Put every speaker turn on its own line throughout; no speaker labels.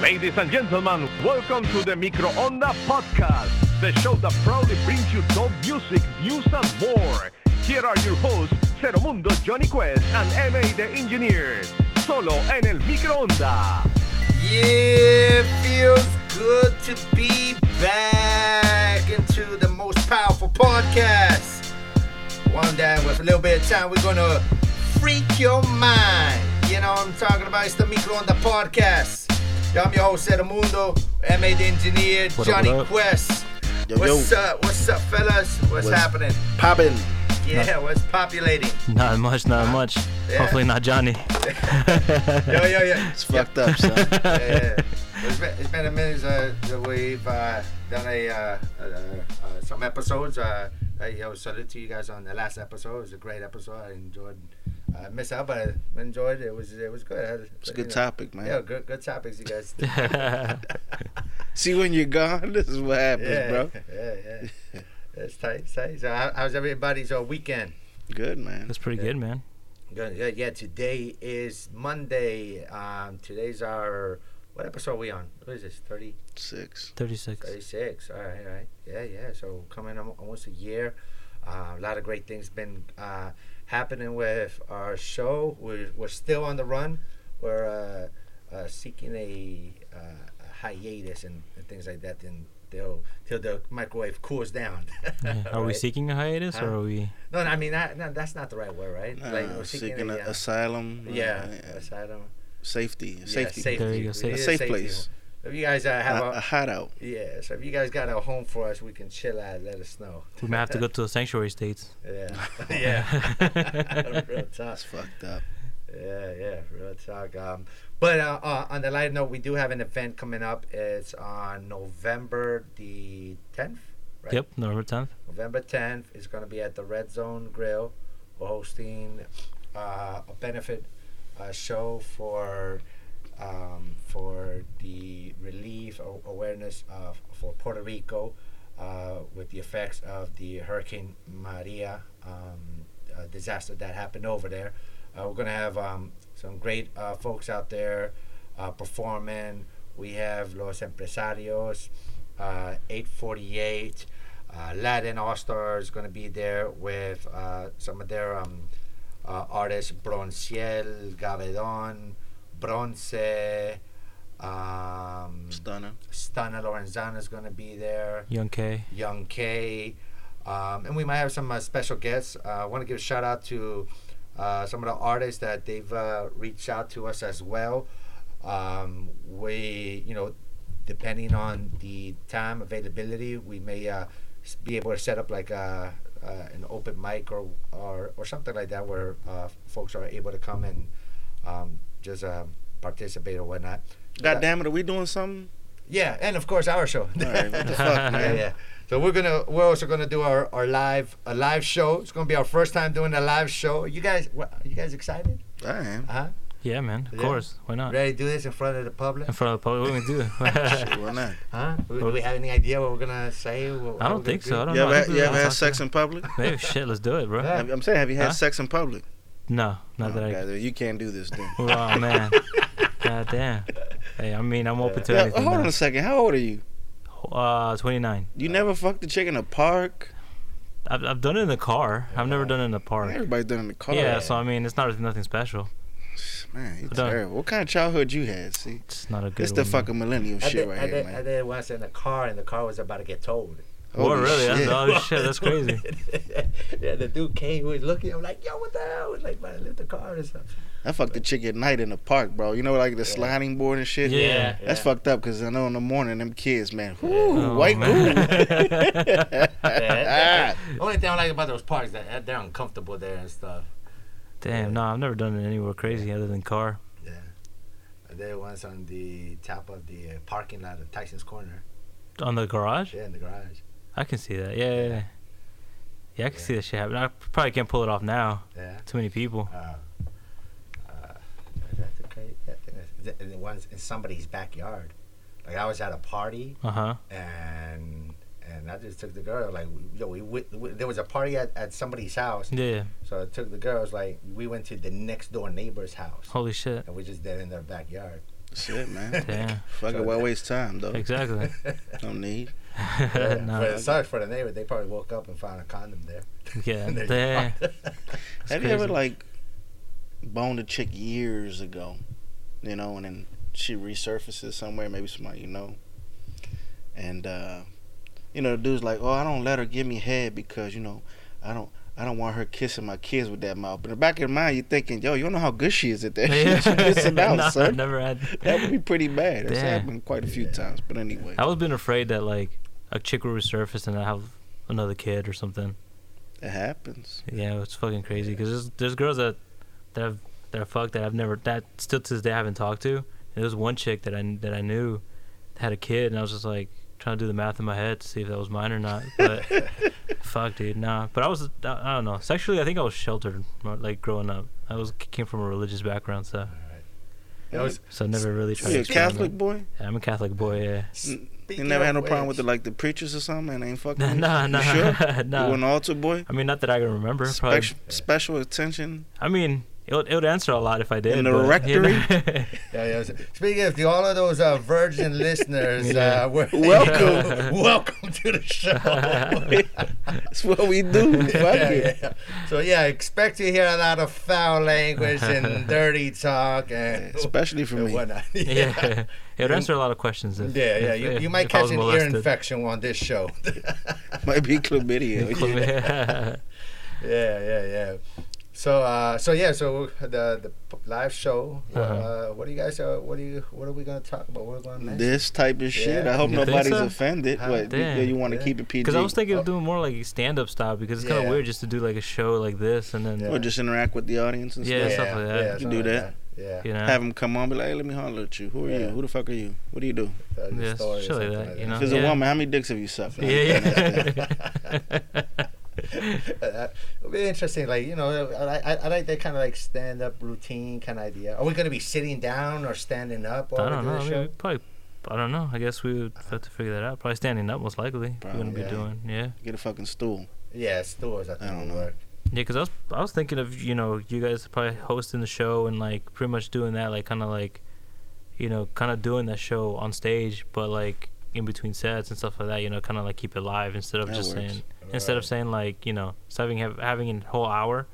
Ladies and gentlemen, welcome to the Microonda Podcast, the show that proudly brings you top music, news, and more. Here are your hosts, Cero Mundo, Johnny Quest, and MA the Engineer. Solo en el Microonda.
Yeah, feels good to be back into the most powerful podcast. One day with a little bit of time, we're gonna freak your mind. You know what I'm talking about? It's the Micro on the podcast. Yo, I'm your host, Edmundo, MA the engineer,
What up,
Johnny
what up?
Quest.
Yo,
What's
yo,
up? What's up, fellas? What's,
What's-
happening?
poppin'.
Yeah, what's populating?
Not much, not much.
Yeah.
Hopefully not Johnny.
Yo, yo, yo.
It's fucked up, son.
yeah. It's been, it's been a minute uh, that we've uh, done a uh, uh, uh, some episodes. Uh, uh, yo, salute to you guys on the last episode. It was a great episode. I enjoyed. I miss out, but I enjoyed it. It was it was good.
It's a good topic, man.
Yeah, good good topics, you guys.
See, when you're gone, this is what happens,
yeah,
bro.
yeah, yeah. It's tight, it's tight. So, how, how's everybody's uh, weekend?
Good, man.
That's pretty good, man.
Good. Yeah, yeah. Today is Monday. Um, today's our what episode are we on? What is this? Thirty.
Six.
36.
36. All right, all right. Yeah, yeah. So coming al- almost a year. Uh, a lot of great things been uh, happening with our show. We're, we're still on the run. We're uh, uh, seeking a, uh, a hiatus and, and things like that until till the microwave cools down.
Yeah. Are we
Right?
seeking a hiatus or
Huh?
are we?
No, no, I mean that, no, that's not the right word, right?
Uh,
like we're seeking,
seeking
a,
a,
uh,
asylum. uh,
yeah,
yeah.
asylum.
Safety.
Yeah,
Safety.
There you go,
We
safety.
need
A safe place.
If you guys uh, have
A, a
a,
hideout.
yeah, so if you guys got a home for us, we can chill out. Let us know.
We might have to go to the sanctuary states.
Yeah. yeah. real talk.
That's fucked up.
Yeah, yeah, real talk. Um, but uh, uh, on the light note, we do have an event coming up. It's on November the 10th. Right.
Yep, November 10th.
November 10th. It's going to be at the Red Zone Grill. We're hosting uh, a benefit uh, show for um, for the relief or awareness of for Puerto Rico uh, with the effects of the Hurricane Maria um, uh, disaster that happened over there. Uh, we're going to have um, some great uh, folks out there uh, performing. We have Los Empresarios, uh, 848. Uh, Latin All Star is going to be there with uh, some of their um, uh, artists Bronciel, Gavedon, Bronce, um,
Stunner.
Stana Lorenzana is going to be there.
Young K.
Young K, um, and we might have some uh, special guests. Uh, I want to give a shout out to uh, some of the artists that they've uh, reached out to us as well. Um, we, you know, depending on the time availability, we may uh, s- be able to set up like a, uh, an open mic or, or or something like that where uh, folks are able to come and um, just uh, participate or whatnot.
God damn it, are we doing something?
Yeah, and of course our show.
All right, what the fuck,
Yeah,
man?
yeah. So we're gonna we're also gonna do our, our live a live show. It's gonna be our first time doing a live show. You guys, what, are you guys excited?
I am.
Huh?
Yeah, man. Of
Yeah.
course. Why not?
Ready to do this in front of the public?
In front Uh. of the public. What do we do?
Shit, why not?
Huh? Do we- do we have any idea what we're gonna say? What,
I don't think so. I don't
You
know.
ever,
I
had-
think we
you
were
ever had
talking-
sex in public?
Maybe shit. Let's do it, bro.
Yeah.
I'm I'm saying, have you had
Huh?
sex in public?
No, not
Oh,
that I.
God, you can't do this, then.
Oh man. God damn. Hey, I mean, I'm open to
Yeah,
anything.
hold on a second. How old are you?
now. Uh, 29.
You never fucked a chick in a park?
I've, I've done it in the car. I've never done it in the park.
Everybody done it in the car.
Yeah, so I mean, it's not nothing special.
Man, you
Hold on.
terrible. What kind of childhood you had? See,
It's not a good.
it's the
one.
fucking millennial
I
shit
did,
right
I
here,
did, I
man.
did it once in a car, and the car was about to get towed.
Oh,
Holy
really? That's,
shit.
oh shit, that's crazy.
yeah, the dude came. He was looking. I'm like, yo, what the hell? It's like, man, I left the car or something.
I fucked a chick at night in the park, bro. You know, like the sliding board and shit.
Yeah.
That's
Yeah.
fucked up because I know in the morning them kids, man. Whoo,
Oh,
white
man.
Yeah.
goo.
Only thing I like about those parks that they're uncomfortable there and stuff.
Damn, no, I've never done it anywhere crazy other than car.
Yeah. There once on the top of the uh, parking lot of Tyson's Corner.
On the garage,
Yeah, in the garage.
I can see that. Yeah, yeah, yeah. Yeah, I can see that shit happen. I probably can't pull it off now.
Yeah.
Too many people.
Uh, uh, that's the crazy that thing. is- th- The ones in somebody's backyard. Like I was at a party
Uh huh.
and and I just took the girl. Like yo, we, we, we there was a party at, at somebody's house,
Yeah.
so I took the girls. Like we went to the next door neighbor's house,
Holy shit.
and we just did it in their backyard.
Shit, man.
Damn.
Fuck it. Why waste time though?
Exactly.
No need.
Yeah,
no.
but sorry for the neighbor. They probably woke up and found a condom there.
Yeah.
And they-
Damn. It's
Have you ever
crazy.
like boned a chick years ago, you know, and then she resurfaces somewhere, maybe somebody you know, and uh, you know, the dude's like, "Oh, I don't let her give me head because you know, I don't." I don't want her kissing my kids with that mouth. But in the back of your mind, you're thinking, yo, you don't know how good she is at that shit. She missing out,
No,
son.
Never had.
That would be pretty bad. That's
Damn.
happened quite a few
Yeah.
times. But anyway,
I was been afraid that like a chick would resurface and I have another kid or something.
it happens.
Yeah, it's fucking crazy because there's there's girls that that have that are fucked that I've never that still to this day I haven't talked to. And there was one chick that I that I knew had a kid and I was just like trying to do the math in my head to see if that was mine or not. But fuck, dude, nah. But I was I, I don't know. Sexually, I think I was sheltered like growing up. I was came from a religious background, so
All right.
Yeah.
That was,
so I never really
You
tried.
a
to experiment.
Catholic boy?
Yeah, I'm a Catholic boy. Yeah.
You
speaking
never had
of
no problem
which-
with the, like the preachers or something? And ain't fucking.
Nah,
with you?
nah,
You
nah,
Sure?
nah.
You an altar boy?
I mean, not that I can remember. Probably.
Special, special attention.
I mean, it would, it would answer a lot if I did.
the
but, you know.
Yeah, yeah. so- Speaking of the, all of those uh, virgin listeners,
Yeah.
uh, we're,
Welcome.
welcome to the show.
That's what we do. Fuck
yeah,
it.
yeah. So yeah, expect to hear a lot of foul language and dirty talk and
Especially for
and
me.
whatnot.
yeah.
yeah,
It would answer a lot of questions. If,
yeah. yeah.
if-
You,
if-
you might
if I
catch
was
an ear
molested.
infection on this show.
Might be chlamydia.
Yeah.
Yeah, yeah, yeah. So, uh, so yeah, so the the p- live show. uh
Uh-huh.
what do you guys? Uh, what do you? What are we gonna talk about? What are we going next?
This type of shit.
Yeah.
I hope
You think
nobody's
so?
offended.
Huh?
What? You,
Damn.
you want to
Yeah.
keep it PG?
Because I was thinking
Oh.
of doing more like stand up style because it's kind of
Yeah.
weird just to do like a show like this and then,
Yeah.
or just interact with the audience and
Yeah,
stuff.
stuff like that. You
can
something
do
like Yeah.
you know.
Have them come on, be like, hey, let me holler at you. Who are you?
Yeah.
Who the fuck are you? What do you do?
Tell your
Yeah,
story or
shit like
something
that, you know?
If it's
Uh, Yeah.
a woman, how many dicks have you sucked?
yeah, yeah.
Uh, It'll be interesting, like you know, I, I, I like that kind of like stand up routine kind of idea. Are we gonna be sitting down or standing up? While
I don't
we do
know. I
the
mean,
show?
we probably. I don't know. I guess we would have to figure that out. Probably standing up, most likely. We're gonna be
Probably.
doing, yeah,
Get a fucking stool.
Yeah, stores. I think
don't
would
know.
work.
yeah. Because I was, I was thinking of you know you guys probably hosting the show and like pretty much doing that, like kind of like, you know, kind of doing that show on stage, but like in between sets and stuff like that. You know, kind of like keep it live instead of
That
just
works.
saying instead of
Right.
saying like you know instead of having have, having a whole hour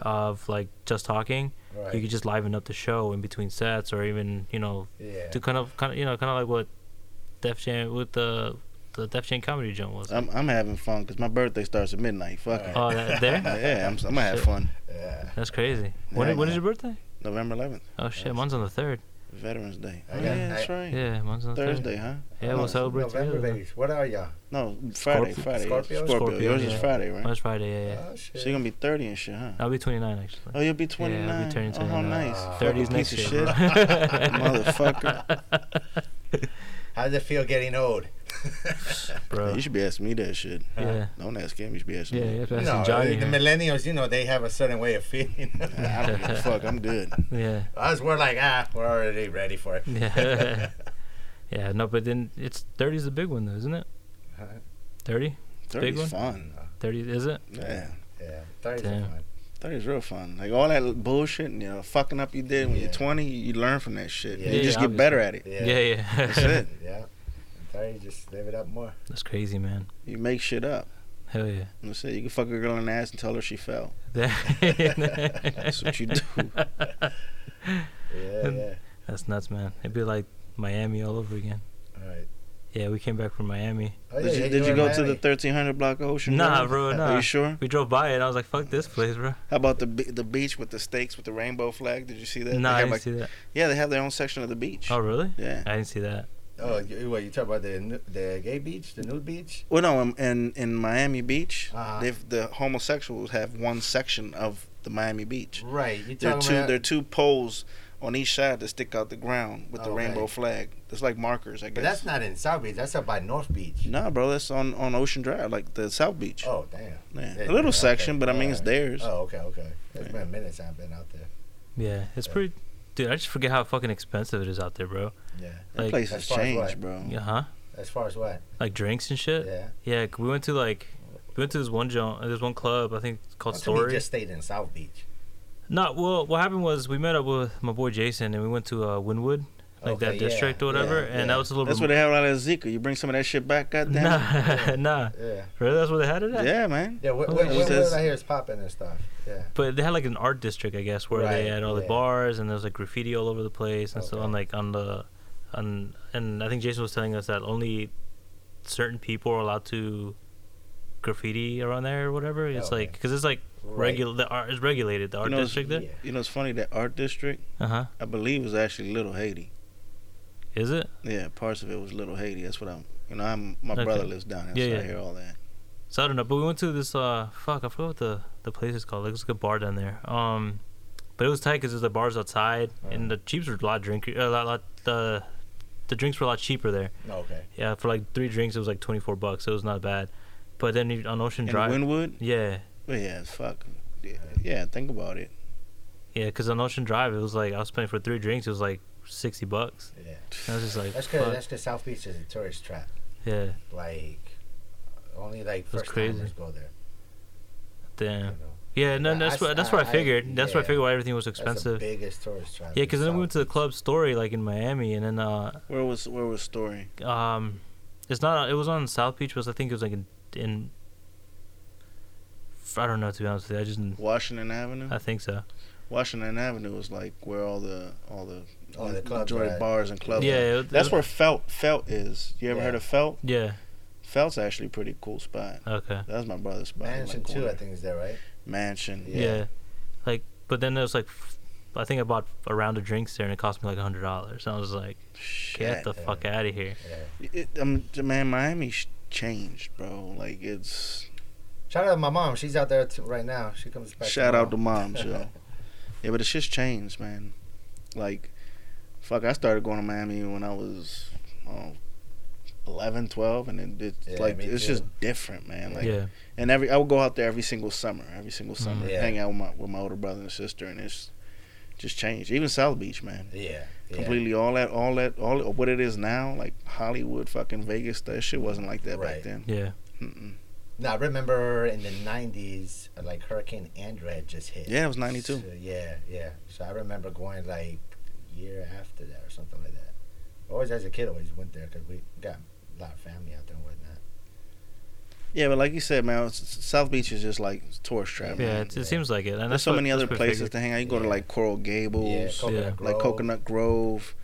of like just talking.
Right.
You could just liven up the show in between sets, or even you know
yeah.
to kind of, kind of, you know, kind of like what Def Jam with the the Def Jam comedy jump was.
I'm, I'm having fun because my birthday starts at midnight. Fuck it.
oh, that, there?
Yeah, I'm, I'm gonna have fun.
yeah.
That's crazy. When,
Yeah,
when is
yeah.
your birthday?
November 11th,
Oh shit, mine's on the third.
Veterans Day.
I
Oh,
got-
yeah, that's
I-
right.
Yeah, mine's on the
Thursday,
Third.
huh?
Yeah, we'll celebrate
November
together. then.
babies. What are y'all?
No, Friday,
Scorpio-
Friday.
Scorpio?
Scorpio,
Scorpio,
Yours is
yeah.
Friday, right?
Mine's Friday. Yeah, yeah.
Oh, shit.
So you're gonna be 30 and shit, huh?
I'll be 29 actually.
Oh, you'll be 29.
Yeah, I'll be turning
oh, how
29.
nice.
Ah.
Fucking
30s next
piece
year.
of shit. Motherfucker.
How does it feel getting old?
Bro.
You should be asking me that shit.
Yeah.
Don't ask him. You should be asking
Yeah,
me.
yeah, that's
no,
Johnny.
the
huh?
millennials, you know, they have a certain way of feeling.
I don't give a fuck. I'm good.
Yeah.
Us, we're like, ah, we're already ready for it.
Yeah. yeah. No, but then it's 30 is the big one though, isn't it?
Huh?
30?
30's
one?
fun.
30 is it?
Yeah.
Yeah, 30s are
Damn.
fun.
30's real fun. Like all that l- bullshit and you know, fucking up you did when
Yeah.
you're 20, you learn from that shit.
Yeah,
you just
yeah,
get better at it.
Yeah.
Yeah, yeah.
That's it.
Yeah. And 30, just live it up more.
That's crazy, man.
You make shit up.
Hell yeah.
That's it. You can fuck a girl in the ass and tell her she fell.
That's
That's what you do.
Yeah, yeah.
That's nuts, man. It'd be like Miami all over again.
All right.
Yeah, we came back from Miami.
Oh,
Did
yeah,
you, did
were
you
in
go to the
Miami.
1300 block of Ocean?
Nah,
Drive?
bro, nah.
Are you sure?
We drove by it. and I was like, "Fuck this place, bro."
How about the be- the beach with the stakes with the rainbow flag? Did you see that?
nah,
They
I
have,
didn't
like-
see that.
Yeah, they have their own section of the beach.
Oh, really?
Yeah.
I didn't see that.
Oh, you, what, you talk about the, nu- the gay beach, the nude beach?
Well, no, in in, in Miami Beach,
Uh-huh.
they've, the homosexuals have one section of the Miami Beach.
Right. You
There are
talking
two
about
there are two poles on each side that stick out the ground with the
Okay.
rainbow flag. It's like markers, I guess.
But that's not in South Beach. That's up by North Beach.
Nah, bro, that's on, on Ocean Drive, like the South Beach.
Oh, damn.
yeah.
Yeah,
A little
okay.
section, but I mean, it's
Alright.
theirs.
Oh, okay, okay. It's been minutes I've been out there.
Yeah, it's pretty. Dude, I just forget how fucking expensive it is out there, bro.
Yeah.
that
like-
place
As
has
far as
changed,
what?
bro.
Yeah, huh?
As far as what?
Like drinks and shit.
Yeah.
Yeah, c- we went to like, we went to this one joint. There's one club I think it's called
How come you
Story.
just stayed in South Beach.
No, well, what happened was we met up with my boy Jason and we went to uh, Winwood. like that
Okay,
district
yeah,
or whatever,
yeah,
and
yeah.
that was a little.
That's what
bit,
they have out of Zika. You bring some of that shit back, goddamn.
nah, nah,
Yeah.
really, that's where they had it at.
Yeah, man.
Yeah, what,
Oh,
what,
yeah.
what, what
Says-
I hear is popping and stuff. Yeah.
But they had like an art district, I guess, where
Right,
they had all the
yeah.
bars and there was like graffiti all over the place, and so
Okay.
on like on the, on and I think Jason was telling us that only certain people are allowed to graffiti around there or whatever. It's
Okay.
like because it's like
Right.
regul the art is regulated the art
know, it's-
district there.
yeah.
You know, it's funny that art district,
Uh huh.
I believe, was actually Little Haiti.
Is it?
Yeah, parts of it was Little Haiti. That's what I'm. You know, I'm. My
Okay.
brother lives down there,
Yeah,
so
yeah.
I hear all that.
So I don't know, but we went to this uh fuck I forgot what the the place is called. Like, it's like a bar down there. Um, but it was tight because there's the bars outside and the cheaps were a lot drink a lot, lot the the drinks were a lot cheaper there.
Okay.
Yeah, for like three drinks it was like twenty four bucks. So it was not bad. But then you- on Ocean
In
Drive,
Wynwood,
yeah,
well, yeah, fuck. Yeah, yeah, think about it.
yeah, because on Ocean Drive it was like I was paying for three drinks. It was like sixty bucks.
Yeah.
And I was just like,
That's
fuck.
because that's 'cause South Beach is a tourist trap.
yeah,
Like, only like
That's
first
crazy.
timers go there.
damn,
You know?
yeah. No,
I-
that's
I-
what that's what I
I-
figured. That's what I
yeah.
figured why everything was
That's the
expensive. Yeah,
biggest tourist trap.
'cause yeah, because then we
South
went to the
Beach.
club story like in Miami, and then uh
Where was where was story?
um it's not it was on south beach was i think it was like in, in i don't know to be honest with you i just didn't-
Washington Avenue.
i think so
Washington Avenue was like where all the all the
All the clubs
majority
are at.
bars and clubs.
yeah
are.
it,
that's
it-
where Felt Felt is. You ever
Yeah.
heard of Felt?
yeah
Felt's actually a pretty cool spot.
okay
That was my brother's spot. in my
Mansion too,
corner.
I think, is there, right?
Mansion.
yeah.
Yeah.
like but then there was like f- i think i bought a round of drinks there and it cost me like a hundred dollars and i was like get
Shit.
the fuck out of here
Yeah.
It, um, man, Miami's changed, bro. Like it's
Shout out to my mom. She's out there t- right now. She comes back.
Shout out to
tomorrow.
moms, yo. yeah, but it's just changed, man. Like, fuck, I started going to Miami when I was oh, 11, 12, and it, it's
Yeah,
like
me
it's
too.
just different, man. Like,
yeah Mm-hmm.
and every I would go out there every single summer, every single summer,
Yeah.
hang out with my with my older brother and sister, and it's just changed. Even South Beach, man.
Yeah. yeah.
Completely, all that, all that, all what it is now, like Hollywood, fucking Vegas, that shit wasn't like that back
Right.
then.
yeah
Mm-mm.
Now I remember in the '90s, like Hurricane Andrew had just hit.
Yeah, it was '92.
So, yeah, yeah. So I remember going like year after that or something like that. Always as a kid, always went there because we got a lot of family out there and whatnot.
Yeah, but like you said, man, it's- South Beach is just like tourist trap. man.
yeah it, it seems like it and
There's
that's
so
what-
many
that's
other
what I
places
figured.
to hang out. You go to
Yeah.
like Coral
Yeah,
Gables,
Coconut
yeah.
Grove,
like Coconut Grove.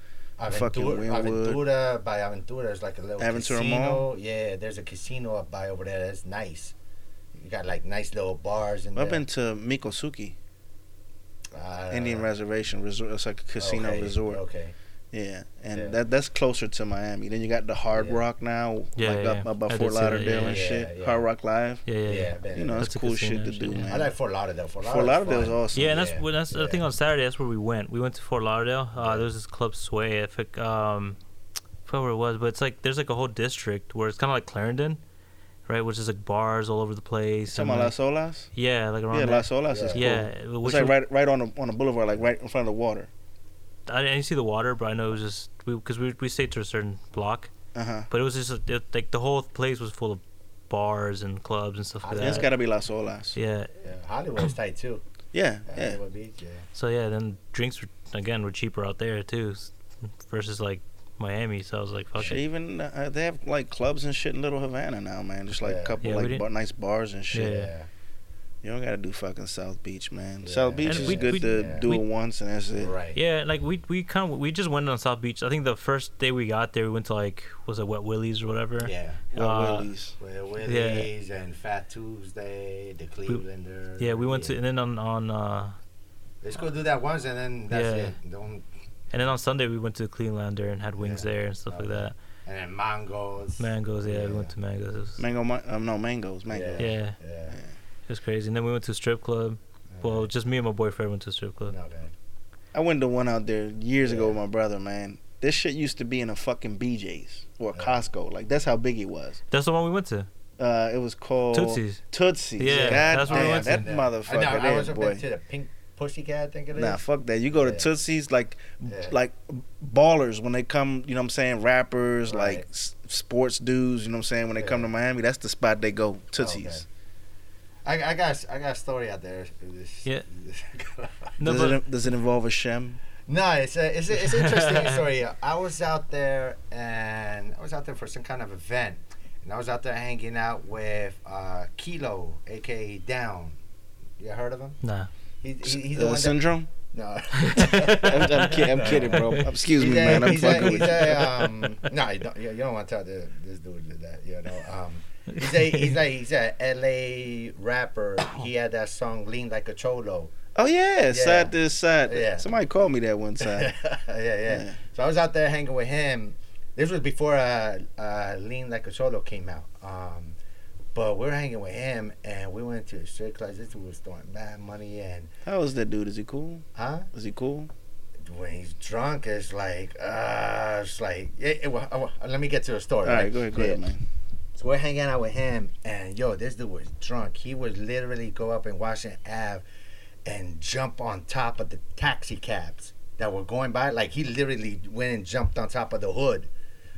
fucking
Aventura,
Wynwood.
Aventura by Aventura is like a little
Aventura
casino.
Mall?
Yeah, there's a casino up by over there. That's nice. You got like nice little bars and
I've been to Mikosuki Indian Reservation Resort. It's like a casino resort.
Uh, Okay.
Yeah, and
Yeah.
that that's closer to Miami. Then you got the Hard
Yeah.
Rock now,
Yeah,
like
yeah,
up,
yeah.
up by
I did
Fort
see that,
Lauderdale
yeah,
and
yeah,
shit.
yeah.
Hard Rock Live.
yeah yeah
Yeah,
yeah,
been
You know,
there.
it's
That's a
cool
casino
shit to
and
do,
shit, yeah.
man.
I like Fort Lauderdale. Fort
Fort
Lauderdale's
Lauderdale's
fun.
awesome.
Yeah, and that's
Yeah,
well, that's I
yeah.
think on Saturday that's where we went. We went to Fort Lauderdale. Uh, there was this club Sway. I think um, I forgot where it was, but it's like there's like a whole district where it's kind of like Clarendon, right? Which is like bars all over the place.
Talking
and,
about
like-
Las Olas.
yeah, like around.
Yeah,
that.
Las Olas
Yeah.
is cool.
yeah,
It's
which
like
was-
right, right on a, on a boulevard, like right in front of the water.
I didn't see the water, but I know it was just because we, we stayed to a certain block,
Uh huh.
but it was just a- it, like the whole place was full of bars and clubs and stuff like
Yeah.
It's
that.
got to be Las Olas.
yeah.
Yeah, Hollywood's tight too.
Yeah, yeah.
Hollywood Beach. Yeah.
So yeah, then drinks were, again were cheaper out there too, s- versus like Miami. So I was like, fuck
Shit,
it.
Even uh, they have like clubs and shit in Little Havana now, man. Just like a
Yeah.
couple
Yeah, we
like
didn't-
bar, nice bars and shit.
Yeah.
You don't gotta do fucking South Beach, man.
Yeah.
South Beach
And
is
we-
good
we-
to
Yeah.
do
we-
it once and that's it.
Right.
Yeah, like we we kind of we just went on South Beach. I think the first day we got there, we went to like was it Wet Willie's or whatever.
Yeah.
Well,
Uh,
Willie's.
With Willie's and Fat Tuesday, the Clevelander.
Yeah, we went to and then on on uh
Let's go do that once and then that's
Yeah.
it. Don't
and then on Sunday we went to Cleanlander and had wings
Yeah.
there and stuff like
Okay.
that.
and then mangoes.
Mangoes, yeah, we went
Yeah.
to mangoes. It was,
Mango, ma- um, no mangoes, mango.
yeah, it
Yeah.
was crazy. And then we went to a strip club. Well, just me and my boyfriend went to a strip club.
no, man.
I went to one out there years ago
Yeah.
with my brother, man. This shit used to be in a fucking BJ's or a
Yeah.
Costco. Like that's how big it was.
That's the one we went to.
Uh, it was called
Tootsie's.
Tootsie's.
Yeah,
God
that's where we
damn,
went to.
that
Yeah.
motherfucker.
I know, I
there,
was up
boy.
there to the pink pussycat, I think it is.
Nah, fuck that. You go to
Yeah.
Tootsie's like,
Yeah.
like ballers when they come. You know what I'm saying? Rappers
Right.
like s- sports dudes. You know what I'm saying? When they come to
Yeah.
Miami, that's the spot they go. Tootsie's.
I, I got I got a story out there. This,
Yeah.
this-
No,
does,
but
it, does it involve a shem?
No, it's a, it's, a, it's an interesting story. I was out there and I was out there for some kind of event, and I was out there hanging out with uh, Kilo, aka Down. You heard of him?
Nah.
He, he, he's the
Uh,
one that-
syndrome?
no.
I'm, I'm, kid, I'm kidding, bro. Excuse me,
He's a-
man. I'm
he's a-
fucking
he's
with
a,
you.
um, No, you don't, you you don't want to tell this, this dude did that. You know, um, he's a he's a he's a LA rapper. He had that song "Lean Like a Cholo."
Oh yeah,
Yeah.
side to side.
Yeah.
Somebody called me that one
yeah,
time.
yeah,
Yeah.
So I was out there hanging with him. This was before uh, uh, "Lean Like a Cholo" came out. Um, but we were hanging with him, and we went to a strip club. This dude was throwing mad money, and
How is that dude? Is he cool?
huh?
Is he cool?
when he's drunk, it's like, uh, it's like, it, it, well, uh, let me get to the story.
All right, go ahead, go ahead,
Yeah.
man.
So we're hanging out with him, and yo, this dude was drunk. He would literally go up in Washington Ave and jump on top of the taxi cabs that were going by. Like, he literally went and jumped on top of the hood.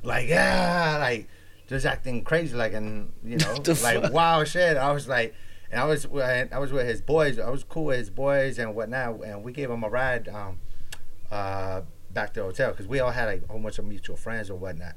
Like, ah, like, just acting crazy, like, and, you know,
The
like,
fuck?
wow, shit. I was like, and I was, with- I was with his boys. I was cool with his boys and whatnot, and we gave him a ride. Um, uh, back to the hotel because we all had like, a whole bunch of mutual friends and whatnot.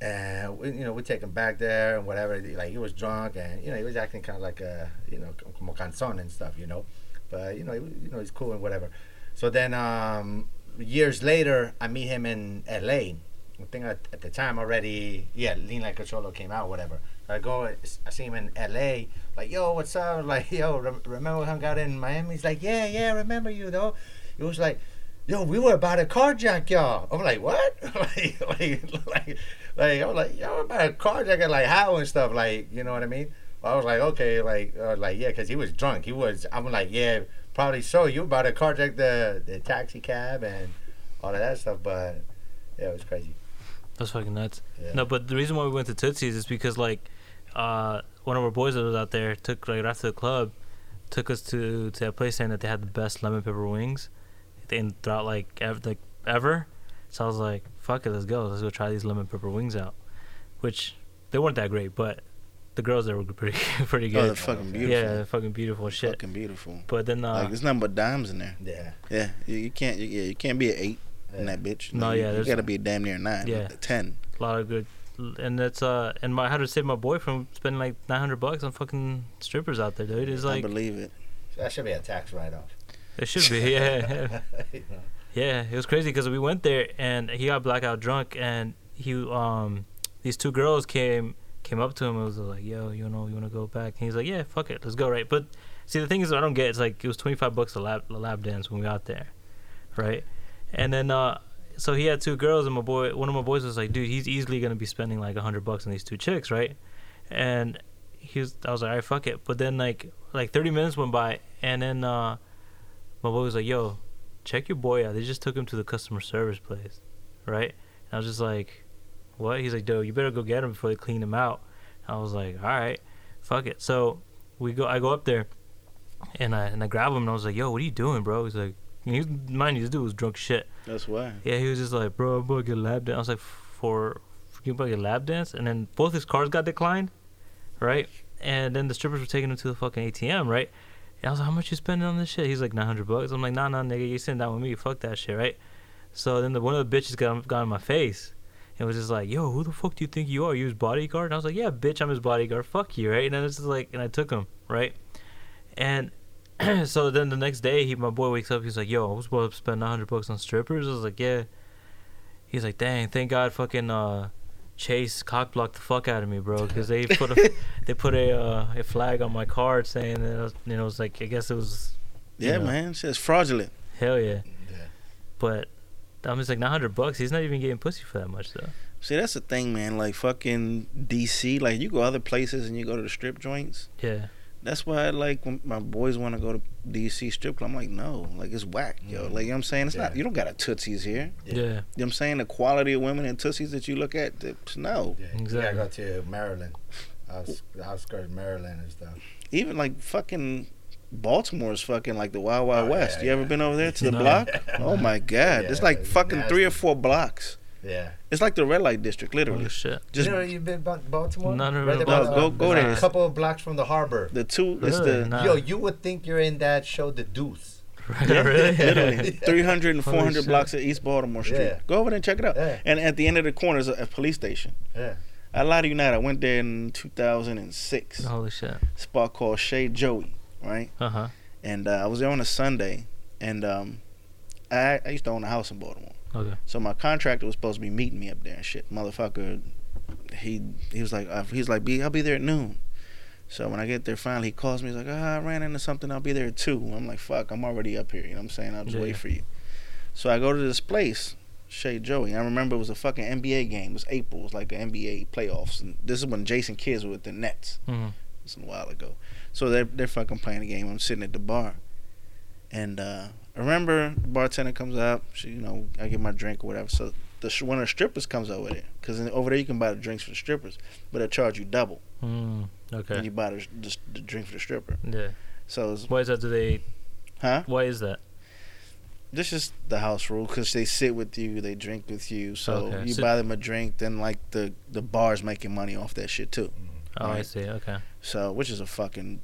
And we, you know, we take him back there and whatever. Like he was drunk and you know he was acting kind of like a you know como canzon and stuff, you know. But you know, he, you know he's cool and whatever. So then um, years later, I meet him in L.A. I think at, at the time already, yeah, Lean Like a Cholo came out, whatever. I go, I see him in L.A. Like, yo, what's up? Like, yo, rem- remember we hung out in Miami? He's like, yeah, yeah, remember you though. It was like, yo, we were about to carjack y'all. I'm like, what? like, like, like, like, I'm like, yo, we're about to carjack and like how and stuff. Like, you know what I mean? I was like, okay, like, uh, like, yeah, because he was drunk. He was. I'm like, yeah, probably so. You about to carjack the the taxi cab and all of that stuff, but yeah, it was crazy.
That's fucking nuts.
Yeah.
No, but the reason why we went to Tootsie's is because like uh, one of our boys that was out there took like right after the club took us to to a place saying that they had the best lemon pepper wings and throughout like ever, like ever. So I was like, fuck it, let's go, let's go try these lemon pepper wings out, which they weren't that great, but the girls there were pretty pretty
Oh,
good.
they're fucking
Yeah,
beautiful.
Yeah, they're fucking beautiful as shit.
Fucking beautiful.
But then uh,
Like there's nothing but dimes in there.
Yeah.
Yeah, you, you can't. You, yeah, you can't be an eight in
Yeah.
that bitch.
No,
you,
yeah,
you
there's-
gotta be damn near nine.
Yeah.
Yeah, ten.
a lot of good, and that's uh, and my I had to save my boy from spending like nine hundred bucks on fucking strippers out there, dude. It's
I
like
believe it.
So that should be a tax write off.
it should be, yeah. Yeah, it was crazy because we went there and he got blackout drunk and he um these two girls came came up to him and was like, "Yo, you know, you want to go back?" And he's like, "Yeah, fuck it, let's go." Right, but see, the thing is, what I don't get it's like it was twenty five bucks a lap a lap dance when we got there, right? And then uh, so he had two girls and my boy, one of my boys was like, "Dude, he's easily gonna be spending like hundred bucks on these two chicks, right?" And he was, I was like, "All right, fuck it." But then like like thirty minutes went by and then uh, my boy was like, "Yo, check your boy out. They just took him to the customer service place, right? And I was just like, what? He's like, dude, you better go get him before they clean him out. And I was like, all right, fuck it. So we go, I go up there, and I and I grab him and I was like, yo, what are you doing, bro? He's like, and he, mind you, this dude was drunk shit.
That's why.
Yeah, he was just like, bro, I'm about to get a lap dance. I was like, for you about to get a lap dance? And then both his cars got declined, right? And then the strippers were taking him to the fucking ATM, right? And I was like, how much you spending on this shit? He's like, 900 bucks. I'm like, nah, nah, nigga, you sitting down with me. Fuck that shit, right? So then the one of the bitches got, got in my face and was just like, yo, who the fuck do you think you are? You his bodyguard? And I was like, yeah, bitch, I'm his bodyguard. Fuck you, right? And then it's just like, and I took him, right? And so then the next day, he my boy wakes up. He's like, "Yo, I was about to spend 900 bucks on strippers." I was like, "Yeah." He's like, "Dang, thank God, fucking uh, Chase cockblocked the fuck out of me, bro, because they put a they put a uh, a flag on my card saying that I was, you know it's like I guess it was
Yeah,
Yeah.
man. Shit's fraudulent.
hell yeah,
Yeah.
but I'm just like 900 bucks. He's not even getting pussy for that much though.
See, that's the thing, man. Like fucking DC. Like you go other places and you go to the strip joints.
Yeah,
That's why, like, when my boys want to go to DC strip club, I'm like, no, like it's whack, yo.
Mm-hmm.
Mm.
Like, you know what I'm saying? It's not.
Yeah.
You don't got a tootsies here.
Yeah.
yeah,
You know what I'm saying? The quality of women and tootsies that you look at, it's no.
Yeah.
Exactly.
You gotta go to Maryland, outs- outskirts Maryland and stuff.
Even like fucking Baltimore is fucking like the Wild Wild
Oh,
West.
yeah,
you ever
yeah.
been over there to the
No.
block? Oh my god, it's
Yeah,
like
it's
fucking three or
nasty.
four blocks.
Yeah.
It's like the red light district, literally.
Holy shit.
Just
you know, you've been to Baltimore.
No, no, no,
Right there by
no,
no,
the-
go- go
it's
there.
A couple of blocks from the harbor.
the two. It's
Really?
the
Nah.
Yo, you would think you're in that show, The Deuce.
Right,
Yeah,
really?
literally. 300 and
Holy
400
shit.
blocks of East Baltimore Street.
Yeah.
Go over there and check it out.
Yeah.
And at the end of the corner is a, a police station.
Yeah.
I lied to you not. I went there in 2006.
Holy shit.
Spot called Shea Joey, right?
Uh huh.
And uh, I was there on a Sunday, and um, I, I used to own a house in Baltimore.
Okay.
So my contractor was supposed to be meeting me up there and shit. Motherfucker, he he was like uh, he's like, "B, I'll be there at noon." So when I get there, finally he calls me. He's like, "Ah, I ran into something. I'll be there at 2. I'm like, "Fuck, I'm already up here." You know what I'm saying? I'll just
Yeah,
wait
yeah.
for you. So I go to this place, Shea Joey. I remember it was a fucking NBA game. It was April. It was like the NBA playoffs. And this is when Jason Kidd was with the Nets.
Mhm.
It's a while ago. So they're they're fucking playing the game. I'm sitting at the bar, and uh, I remember the bartender comes up. She, you know, I get my drink or whatever. So the sh- one of the strippers comes over there because over there you can buy the drinks for the strippers, but they charge you double
Mm.
when
Okay.
you buy the, the, the drink for the stripper.
Yeah.
So it's,
Why is that? Do they?
huh?
Why is that?
This is the house rule because they sit with you, they drink with you. So
Okay,
you
so-
buy them a drink, then like the the bar's making money off that shit too.
Oh, I
Right.
see. Okay.
So, which is a fucking,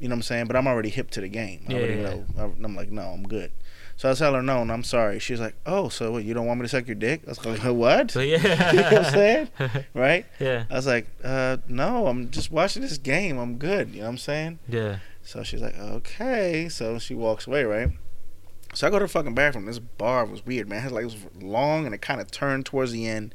you know what I'm saying? But I'm already hip to the game. I
Yeah,
already
yeah,
know. I- I'm like, no, I'm good. So I tell her, no, and I'm sorry. She's like, oh, so what, you don't want me to suck your dick? I was like, what?
So
you know what I'm
yeah.
saying? Right?
yeah.
I was like, uh, no, I'm just watching this game. I'm good. You know what I'm saying?
Yeah.
So she's like, okay. So she walks away, right? So I go to the fucking bathroom. This bar was weird, man. It, was like, it was long and it kind of turned towards the end,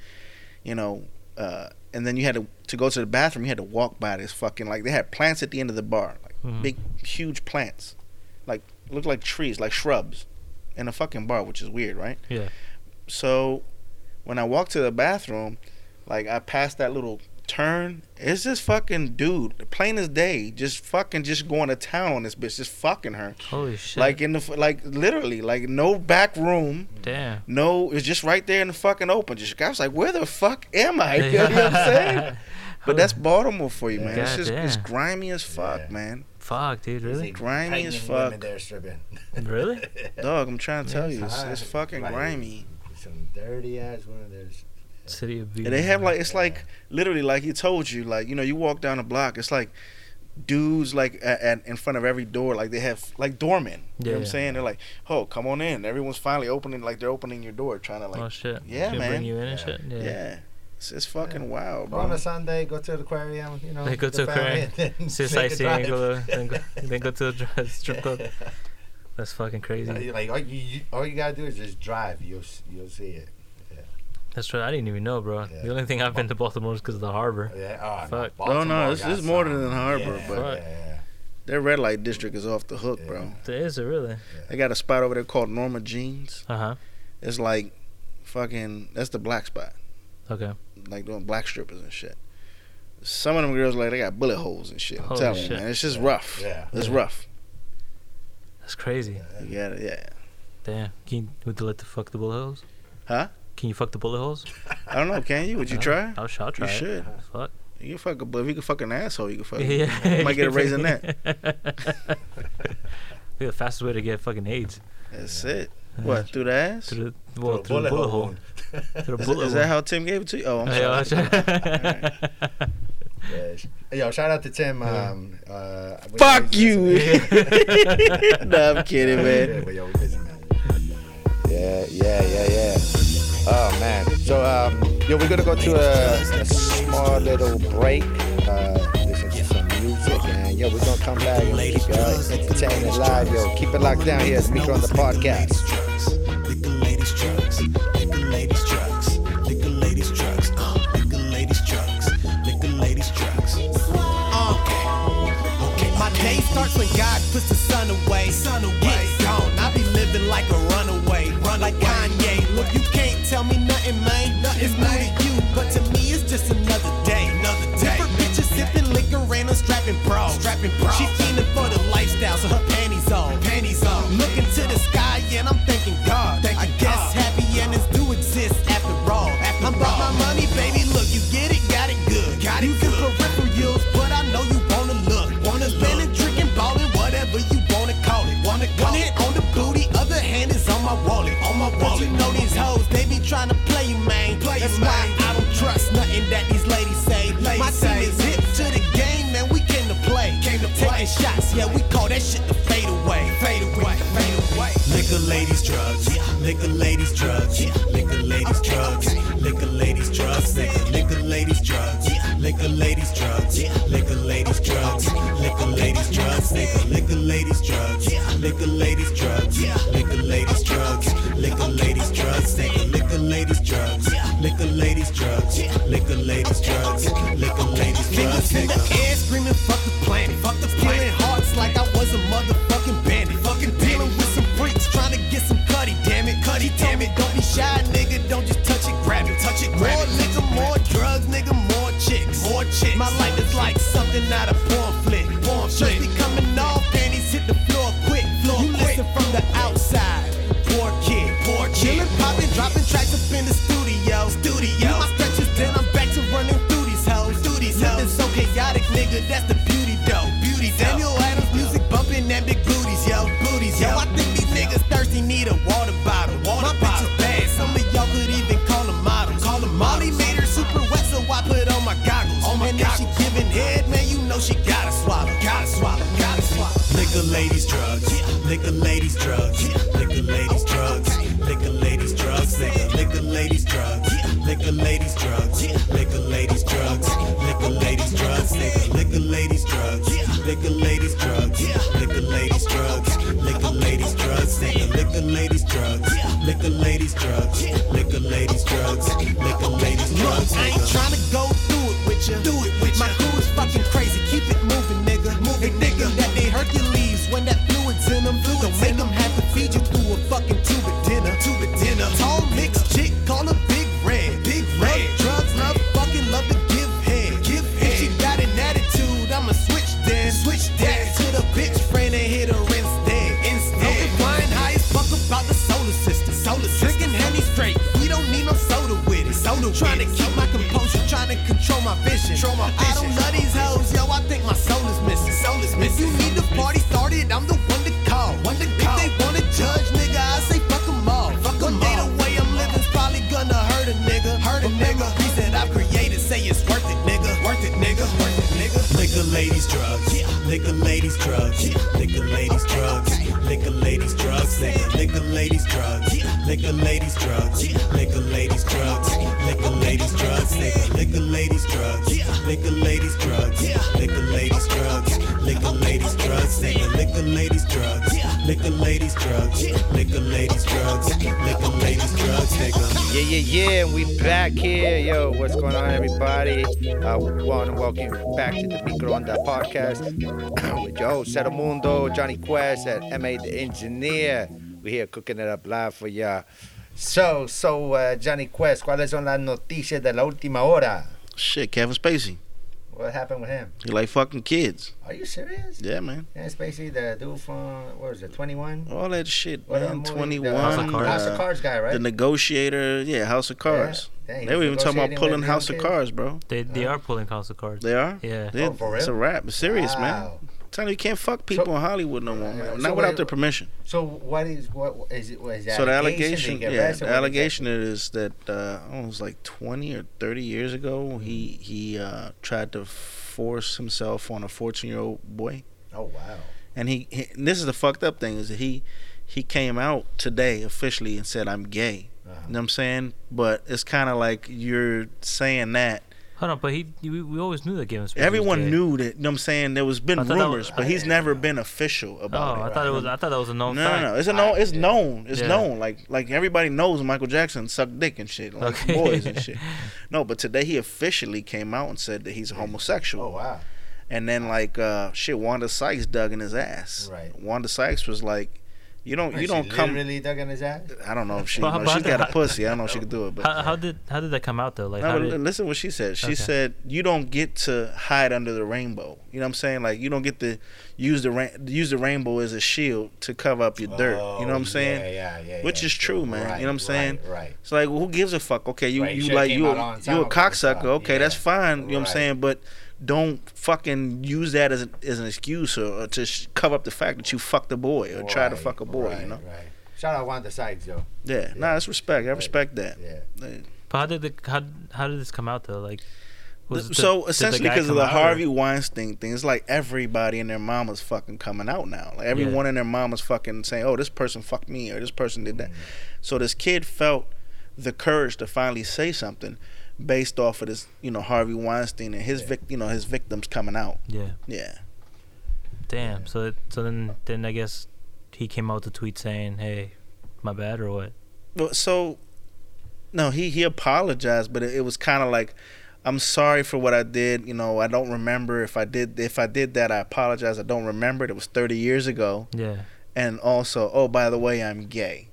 you know. Uh, and then you had to to go to the bathroom. You had to walk by this fucking like they had plants at the end of the bar, like
Mhm.
big, huge plants, like looked like trees, like shrubs, in a fucking bar, which is weird, right?
Yeah.
So when I walked to the bathroom, like I passed that little turn, it's this fucking dude, plain as day, just fucking just going to town on this bitch, just fucking her.
Holy shit.
Like in the f- like literally, like no back room.
damn.
No, it's just right there in the fucking open. Just I was like, where the fuck am I? You know what I'm saying? But that's Baltimore for you, man. It's just it's
Goddamn.
grimy as fuck,
Yeah.
man.
Fuck, dude.
They
Really?
Grimy as
tightening women
fuck.
there stripping.
Really?
Dog, I'm trying to tell you, it's, it's
Tight,
fucking
like,
grimy.
Some dirty ass women there's
City of beauty.
And they have like it's
Yeah.
like literally like he told you like you know you walk down a block it's like dudes like at, at, in front of every door like they have like doormen you know what I'm
Yeah.
saying they're like oh come on in everyone's finally opening like they're opening your door trying to like
oh shit.
Yeah,
They
man.
Bring you in and
Yeah.
shit.
yeah.
Yeah.
it's it's fucking wild
on
bro
a Sunday, go to the aquarium, you know.
They go
with
to
the
a
family,
crime,
and then
see a
take a
sightseeing, and go
drive.
to, then, go, then go to a dr- strip club. That's fucking crazy.
e-
You're like all you, you all you gotta do is just drive. You'll s- you'll see it.
That's right. I didn't even know, bro.
Yeah.
The only thing I've been to Baltimore is because of the harbor.
Yeah. Oh,
Fuck.
No,
Oh, no,
Baltimore
this-
got
this is more
some.
than Harbor,
yeah,
but-
yeah, yeah.
their red light district is off the hook
Yeah.
bro
There is it really?
they got a spot over there called Norma Jeans
Uh huh.
it's like fucking that's the black spot
Okay.
like doing black strippers and shit some of them girls like they got bullet holes and shit I'm
Holy
telling you
shit.
man it's just rough
Yeah.
it's
Yeah.
rough
That's crazy.
you gotta yeah
Damn. Can you, would you like to fuck the bullet holes?
Huh?
Can you fuck the bullet holes?
I don't know. Can you? Would you
No.
try?
I'll, I'll try.
You
it.
should.
Fuck.
You can fuck a but if you can fuck an asshole, you can fuck.
Yeah.
You might get a raise in that.
that. the fastest way to get fucking AIDS.
That's it. What through the ass?
Through the, well,
Through a
through the bullet hole.
wound.
Through the
Is,
bullet
is that how Tim gave it to you? Oh, I'm
hole. Yeah,
sorry.
that's-
Yeah, sh- Yo, shout out to Tim. Um, uh, we-
Fuck
we-
you. no, I'm kidding,
Yeah,
man.
but yo, we busy, man. Yeah, yeah, yeah, yeah. Oh man. So um, yo, we're gonna go to a, a small little break. Uh, listen to some music, and yo, we're gonna come back and keep y'all entertained and live. Yo, keep it locked down here at Micro on the podcast.
Nigga ladies trucks, nigga ladies trucks, nigga ladies trucks, uh, nigga ladies trucks, nigga ladies trucks. Okay, okay. My day starts when God puts the sun away. Sun away. Get gone. I be living like a runaway, run like Kanye. Look, you can't tell me nothing, man. Nothing's new to you, but to me it's just another day. Another day. Different bitches sipping liquor and I'm strapping pro. Strapping pro. She fiending for the lifestyle, so her panties on. Panties on. Looking to the sky and I'm thanking God. I guess happy endings do exist after all. I'm about my money, baby. Look, you get it, got it good. Got it good. peripherals, but I know you wanna look. Wanna spending, drinking, balling, whatever you wanna call it. Wanna call One hand on the booty, other hand is on my wallet. On my wallet. you know these hoes, they be trying to play you, man. Play That's why I don't trust nothing that these ladies say. my team is hip to the game, man. We came to play. Came to play. Taking shots
lick a lady's drugs, lick a lady's drugs, lick a lady's drugs, lick a lady's drugs, lick a lady's drugs, lick a lady's drugs, lick a lady's drugs, lick a lady's drugs, lick a lady's drugs, lick a lady's drugs, lick a lady's drugs, lick a lady's drugs, lick a lady's drugs, lick a lady's drugs, lick a lady's drugs,
Fingers in the air, screaming, fuck the planet. Fuck the planet. Killing hearts like I was a motherfucking bandit. Fucking dealing with some freaks, trying to get some cutty, damn it. Cutty, damn it. Don't be shy, nigga. Don't just touch it, grab it. Touch it, grab more it. liquor, more drugs, nigga, more chicks. More chicks. My life is like something out of porn flick. Porn flick. be coming off, panties hit the floor quick. Floor you listen from the outside. Poor kid, poor kid. Chillin', poppin', droppin' tracks up in the studio. Studio. My stretches, then I'm back to running through these hoes. Through these hoes. Nothing so chaotic, nigga. That's the beauty, though. Beauty, though. Samuel Adams music bumpin' and big booties, yo. Booties, yo. I think these niggas thirsty need a water bottle. Water My bitch is bad. Some of y'all could even call them models. Call them Molly made her super wet, so I put on my goggles. On my and if she giving head, man, you know she gotta swallow. Gotta swallow. Gotta swallow. Lick a lady's drugs. Lick a lady's drugs. Lick a lady's drugs. Lick a lady's drugs. Lick a- Lick a lady's drugs. Lick a lady's drugs. Lick a lady's drugs. Lick a lady's drugs. Nigga. Lick a lady's drugs. Lick a lady's drugs. Lick a lady's drugs. Lick a lady's drugs. Nigga. Lick a lady's drugs. Lick a lady's drugs. Lick a lady's drugs. Lick a lady's drugs. I ain't trying to go through it with you. Do it with My crew is fucking crazy. Keep it moving, nigga. Moving, nigga. That they Hercules when that fluid's in them. Don't make them have to feed you through a fucking tube of dinner. Tube of dinner. Tall mixed chick, call her big red. Big red. Love drugs, love fucking, love to give head. Give head. If she got an attitude, I'ma switch then. Switch that to the bitch friend and hit her instead. Instead. Wine high as fuck about the solar system. Solar system. Drinking honey straight. We don't need no soda with it. Soda trying to keep my composure, trying to control my vision. Control my vision. I don't love these hoes, yo. I think my soul is missing. Soul is missing. If you need the party started, I'm the one to call. One to call. If they wanna judge, nigga, I say fuck 'em all. Fuck one day the way I'm living's probably gonna hurt a nigga. Hurt a nigga. Piece that I've created, say it's worth it, nigga. Worth it, nigga. Worth it, nigga. Lick a lady's drugs. Lick a lady's drugs. Lick a lady's drugs. Lick a lady's drugs. Nigga. Lick a lady's drugs. Lick a lady's drugs. Lick a lady's drugs. Lick a lady's drugs. Nigga. Lick a lady's drugs. Lick a lady's drugs. Lick a lady's drugs. Lick a lady's drugs. Nigga. Lick a lady's drugs. Lick a lady's drugs. Lick a lady's drugs. Lick a lady's drugs. Nigga.
Yeah, yeah, yeah, and we back here. Yo, what's going on, everybody? I want to welcome you back to the Micro on that podcast with your host, Cero Mundo, Johnny Quest, and MA the Engineer. We're here cooking it up live for ya. So, so, uh, Johnny Quest, ¿cuáles son las noticias de la última hora?
Shit, Kevin Spacey.
What happened with him?
He like fucking kids.
Are you serious?
Yeah, man.
Yeah, Spacey, the dude from, what was it, 21?
All that shit,
What that
man.
movie? The
Twenty one.
House
of Cards.
House of Cards guy, right?
The negotiator. Yeah, House of Cards.
Dang, he
they
was
were even talking about
negotiating
pulling
with
House
them
of
kids?
Cards, bro.
They they are pulling console cards.
They are.
Yeah.
They-
Oh, for
It's a
real?
rap. It's serious, man.
Wow.
I'm telling you, you can't fuck people in Hollywood no more, man.
so
Not
wait-
without their permission.
So what is what is it? Was that
So the allegation, yeah, the allegation
is
is that uh, I don't know, it was like 20 or 30 years ago, he he uh, tried to force himself on a 14 year old boy,
Oh wow!
and he, he and this is the fucked up thing is that he he came out today officially and said I'm gay. You know what I'm saying? But it's kind of like you're saying that.
Hold on, but he we, we always knew that Gavin Spacey. was
Everyone
gay.
knew that. You know what I'm saying? There was been
I thought that
rumors,
was-
but he's never been official
Oh,
about it.
I thought it was I thought that was a known
No,
fact.
no, no. It's a known. It's known. It's
Yeah.
known. Like like everybody knows Michael Jackson sucked dick and shit, like
Okay.
boys and shit. No, but today he officially came out and said that he's homosexual.
Oh wow!
And then like uh, shit, Wanda Sykes dug in his ass.
Right.
Wanda Sykes was like, you don't you
She
don't come.
Literally dug in his ass.
I don't know if she
Well,
you
how
know, she's
about
got a
that?
pussy. I don't know if she could do it, but.
How, how did how did that come out though? Like
No,
how
but
did,
listen what she said. She
Okay.
said, "You don't get to hide under the rainbow." You know what I'm saying? Like you don't get to use the rain use the rainbow as a shield to cover up your dirt. You know
Oh,
what I'm saying?
Yeah, yeah, yeah.
Which
yeah,
is true, man. you know what I'm saying?
Right. right.
It's like well, who gives a fuck? Okay, you
Right, you
you
should've
like
came
you
out on
a,
time
you a
about that
cocksucker.
stuff.
Okay, that's
Yeah.
fine. You know what I'm
Right.
saying? But don't fucking use that as, an as an excuse or, or to sh- cover up the fact that you fucked a boy or try to
Right,
fuck a boy.
right,
you know?
Right. Shout out Wanda Sykes though.
Yeah. Nah, that's respect. I respect that.
Yeah.
Like,
but how did the how, how did this come out though? Like was it the-
so
did the
essentially,
guy
because of
come
the
out, or-
Harvey Weinstein thing, it's like everybody and their mama's fucking coming out now. Like everyone and their mama's fucking saying, "Oh, this person fucked me," or "This person did that."
Mm-hmm.
So this kid felt the courage to finally say something, based off of this, you know, Harvey Weinstein and his vic, you know, his victims coming out.
Yeah.
Yeah,
Damn. So it, so then then I guess he came out with a tweet saying, "Hey, my bad" or what?
Well, so no, he he apologized, but it, it was kind of like, "I'm sorry for what I did." You know, I don't remember if I did if I did that. I apologize. I don't remember it. It was 30 years ago.
Yeah.
and also, oh by the way, I'm gay.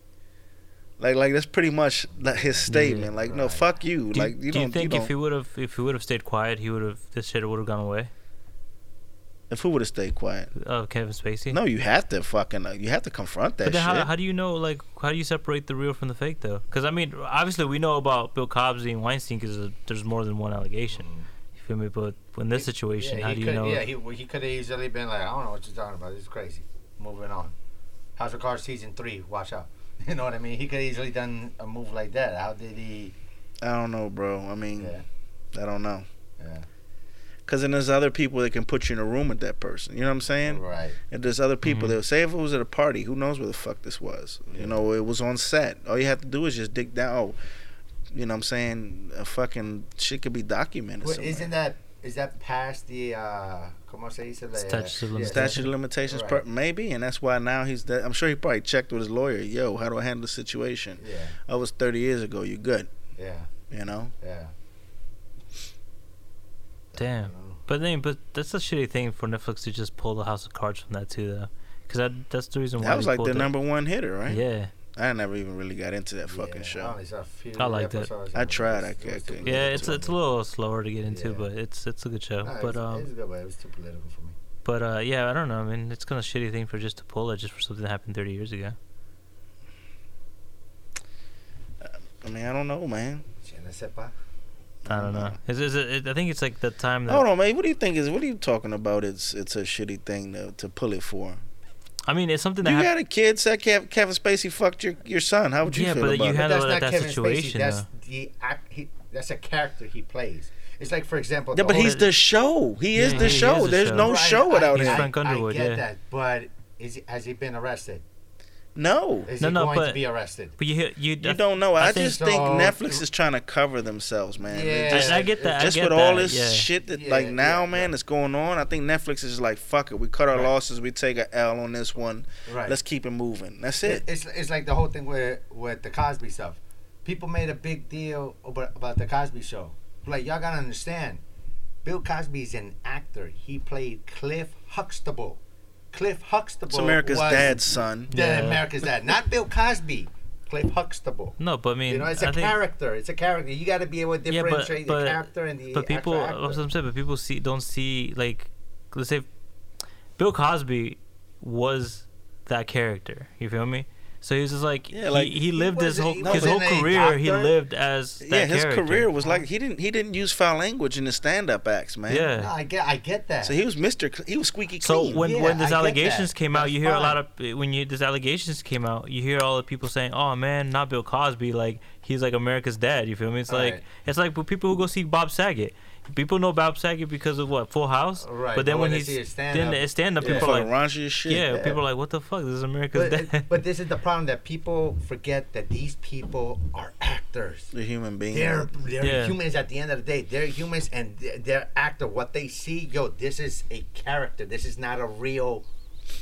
Like like that's pretty much like, his statement. like no, fuck you.
Do you,
like you
do
don't.
you think
you
if he
don't-
would have if he would have stayed quiet, he would have this shit would have gone away?
if who would have stayed quiet?
Oh, Kevin Spacey.
No, you have to fucking uh, you have to confront that
But then how,
shit.
how do you know like how do you separate the real from the fake though? Because I mean, obviously we know about Bill Cosby and Weinstein because there's more than one allegation. You feel me? But in this situation,
yeah,
how
he
do you
could,
know?
Yeah, he, he could have easily been like, I don't know what you're talking about. This is crazy. Moving on. House of Cards season three. Watch out. You know what I mean? He could easily done a move like that. How did he?
I don't know, bro. I mean,
Yeah,
I don't know.
Yeah.
Cause then there's other people that can put you in a room with that person. You know what I'm saying?
right.
And there's other people
Mm-hmm.
that say if it was at a party, who knows where the fuck this was? You know, it was on set. All you have to do is just dig down. Oh, you know what I'm saying? A fucking shit could be documented.
Wait,
somewhere.
isn't that is that past the uh? Como se dice? La-
Statute of
yeah,
statute of limitations per-
Right.
maybe and that's why now he's that i'm sure he probably checked with his lawyer yo how do i handle the situation
Yeah,
i was 30 years ago you good
yeah,
you know
yeah.
Damn.
know.
But then, but that's a shitty thing for Netflix to just pull the House of Cards from that too, though, because that that's the reason why
that was
they
like
pulled
their
it.
number one hitter right
Yeah,
i never even really got into that fucking
yeah. I,
show
only saw a few
I like that.
episodes.
I tried, I
It was
couldn't-
too political
yeah. It's
for
it's a
me.
little slower to get into,
Yeah.
but it's it's a good show.
No, it was-
but um,
it was good, but it was too political for me.
but uh, yeah, I don't know. I mean, it's kind of a shitty thing for just to pull it just for something that happened 30 years ago.
i mean i don't know man
Je ne sais pas.
I don't know. Is is it, it? I think it's like the time that
hold on man what do you think is what are you talking about it's it's a shitty thing to, to pull it for
I mean, it's something that
you
happened.
got a kid said Kev, kevin spacey fucked your, your son how would you
Yeah,
feel
but
about
you
it
had- handle
that's
it
not
at that
Kevin
situation,
Spacey. That's
though.
the act. He, that's a character he plays. It's like, for example,
yeah,
the
but
whole-
he's the show. He is
Yeah,
the
he is
show.
the
There's
show.
no
Right,
show
I-
without
He's
him.
Frank Underwood,
I get
yeah.
that, but is he, has he been arrested?
no.
Is
No,
he
no,
going
but-
to be arrested?
But you you,
You don't know. I, just think
so.
Netflix is trying to cover themselves, man. They
Yeah.
Just,
I, I get that. I
just
get
with all
that,
this
yeah.
shit that
Yeah,
like now,
yeah,
man,
yeah.
that's going on. I think Netflix is just like, fuck it. We cut our
Right.
losses. We take a L on this one.
Right.
Let's keep it moving. That's
It-
it.
It's it's like the whole thing with with the Cosby stuff. People made a big deal about, about the Cosby Show. Like y'all gotta understand, Bill Cosby's an actor. He played Cliff Huxtable. Cliff Huxtable.
It's America's
was
dad's son.
The
Yeah.
America's dad, not Bill Cosby. Cliff Huxtable.
No, but I mean,
You know, it's a
I think-
character. It's a character. You got to be able to
Yeah, but-
differentiate
but-
the character and the
but people,
actual
that's what
actor.
I'm saying. But people see don't see like, let's say, Bill Cosby was that character. You feel me? So he was just like,
Yeah, like-
he, he lived his
wasn't-
whole
he
his
wasn't
whole
a
career. He
doctor.
lived as that
Yeah, his
character.
career was like he didn't he didn't use foul language in his stand up acts, man.
Yeah.
No, I get, I get that.
So he was Mister. Cl- He was squeaky
So
clean.
when
Yeah,
when these
I get
allegations
that.
came out,
That's
you hear a lot of when you these allegations came out, you hear all the people saying, "Oh man, not Bill Cosby, like he's like America's dad." You feel me? It's like
Right.
it's like with people who go see Bob Saget. People know Bob Saget because of what Full House,
Right,
But then
but
when
when they
he's
see his
then
stand-up,
the stand up,
yeah.
people are
fucking
like,
raunchy as shit.
yeah,
Yeah.
people are like, what the fuck? This is America's
but,
dad.
but this is the problem that people forget that these people are actors.
The human being.
They're they're
Yeah.
humans at the end of the day. They're humans and they're, they're actor. What they see, yo, this is a character. This is not a real